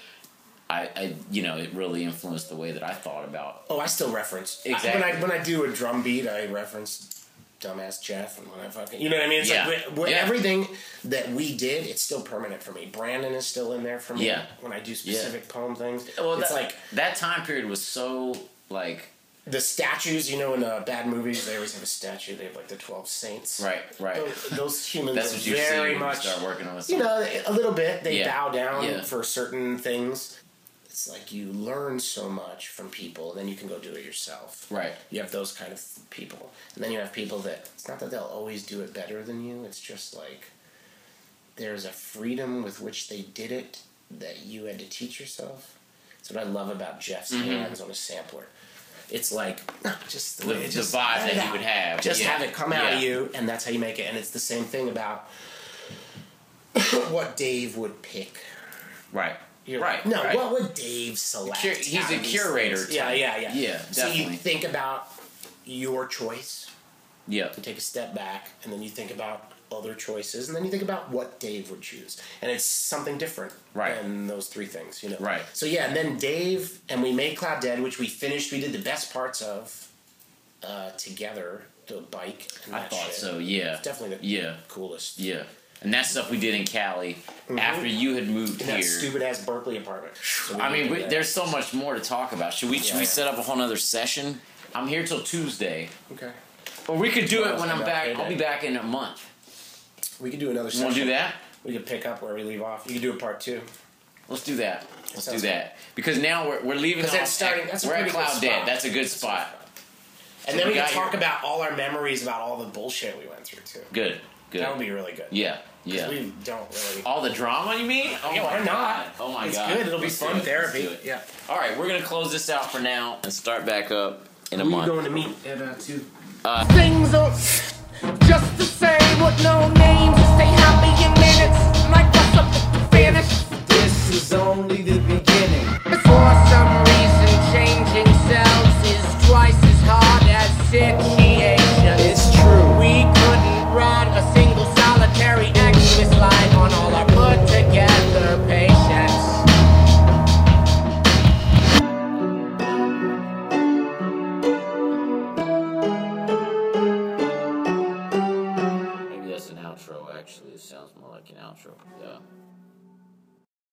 I, I, you know, it really influenced the way that I thought about. Oh, I still reference. I- Exactly. when I when I do a drum beat, I reference dumbass Jeff and when I fucking you know what I mean. It's Yeah. like when, when Yeah. everything that we did, it's still permanent for me. Brandon is still in there for me. Yeah. When I do specific poem things, Well, it's that, like that time period was so like the statues. You know, in uh, bad movies, they always have a statue. They have like the twelve saints. right, right. Those, those humans That's are what you see very when much you start working on this. you know, a little bit. They Yeah. bow down Yeah. for certain things. it's like you learn so much from people, and then you can go do it yourself. Right. You have those kind of people, and then you have people that it's not that they'll always do it better than you. It's just like there's a freedom with which they did it that you had to teach yourself. That's what I love about Jeff's Mm-hmm. hands on a sampler. It's like just The, way the it just- vibe let that it you out. would have. Just Yeah. have it come out of Yeah. you, and that's how you make it. And it's the same thing about *coughs* what Dave would pick. Right. You're right. like, no, right. what would Dave select? Cur- he's out a of these curator things? Yeah, type. yeah, yeah. Yeah, So you definitely. think about your choice, Yeah. you take a step back, and then you think about other choices, and then you think about what Dave would choose, and it's something different Right. than those three things, you know. Right. So yeah, and then Dave and we made Cloud Dead, which we finished. We did the best parts of uh, together, the bike. And I that thought shit. so. Yeah. Definitely the Yeah. coolest. Yeah. And that stuff we did in Cali after you had moved In here. Mm-hmm. that stupid ass Berkeley apartment. So we I mean, did we, that. there's so much more to talk about. Should we should we Yeah. set up a whole nother session? I'm here till Tuesday, okay. or we could do it when I'm About back. I'll payday. be back in a month. We could do another. Want to session. do that? We could pick up where we leave off. You could do a part two. Let's do that. Let's do sounds that because now we're, we're leaving. Because off that's starting- at- that's a we're at pretty good Cloud Dead. spot. That's a good spot. And So then we we, can got your- talk about all our memories about all the bullshit we went through too. Good. Good. That would be really good. yeah. 'Cause Yeah. We don't really. All the drama, you mean? Oh my Yeah, why not? God. Oh my it's god. good. It'll Let's be do fun it. therapy. Let's do it. Yeah. All right, we're gonna close this out for now and start back up in a Who are you month. going to meet at uh, two? Things are just the same with no names. Just stay happy in minutes. Like what's up with the finish? This is only the beginning. For some reason, changing selves is twice as hard as situation. It's true. We couldn't run a single solitary activist line on all our put together patients. Maybe that's an outro. Actually, it sounds more like an outro. Yeah.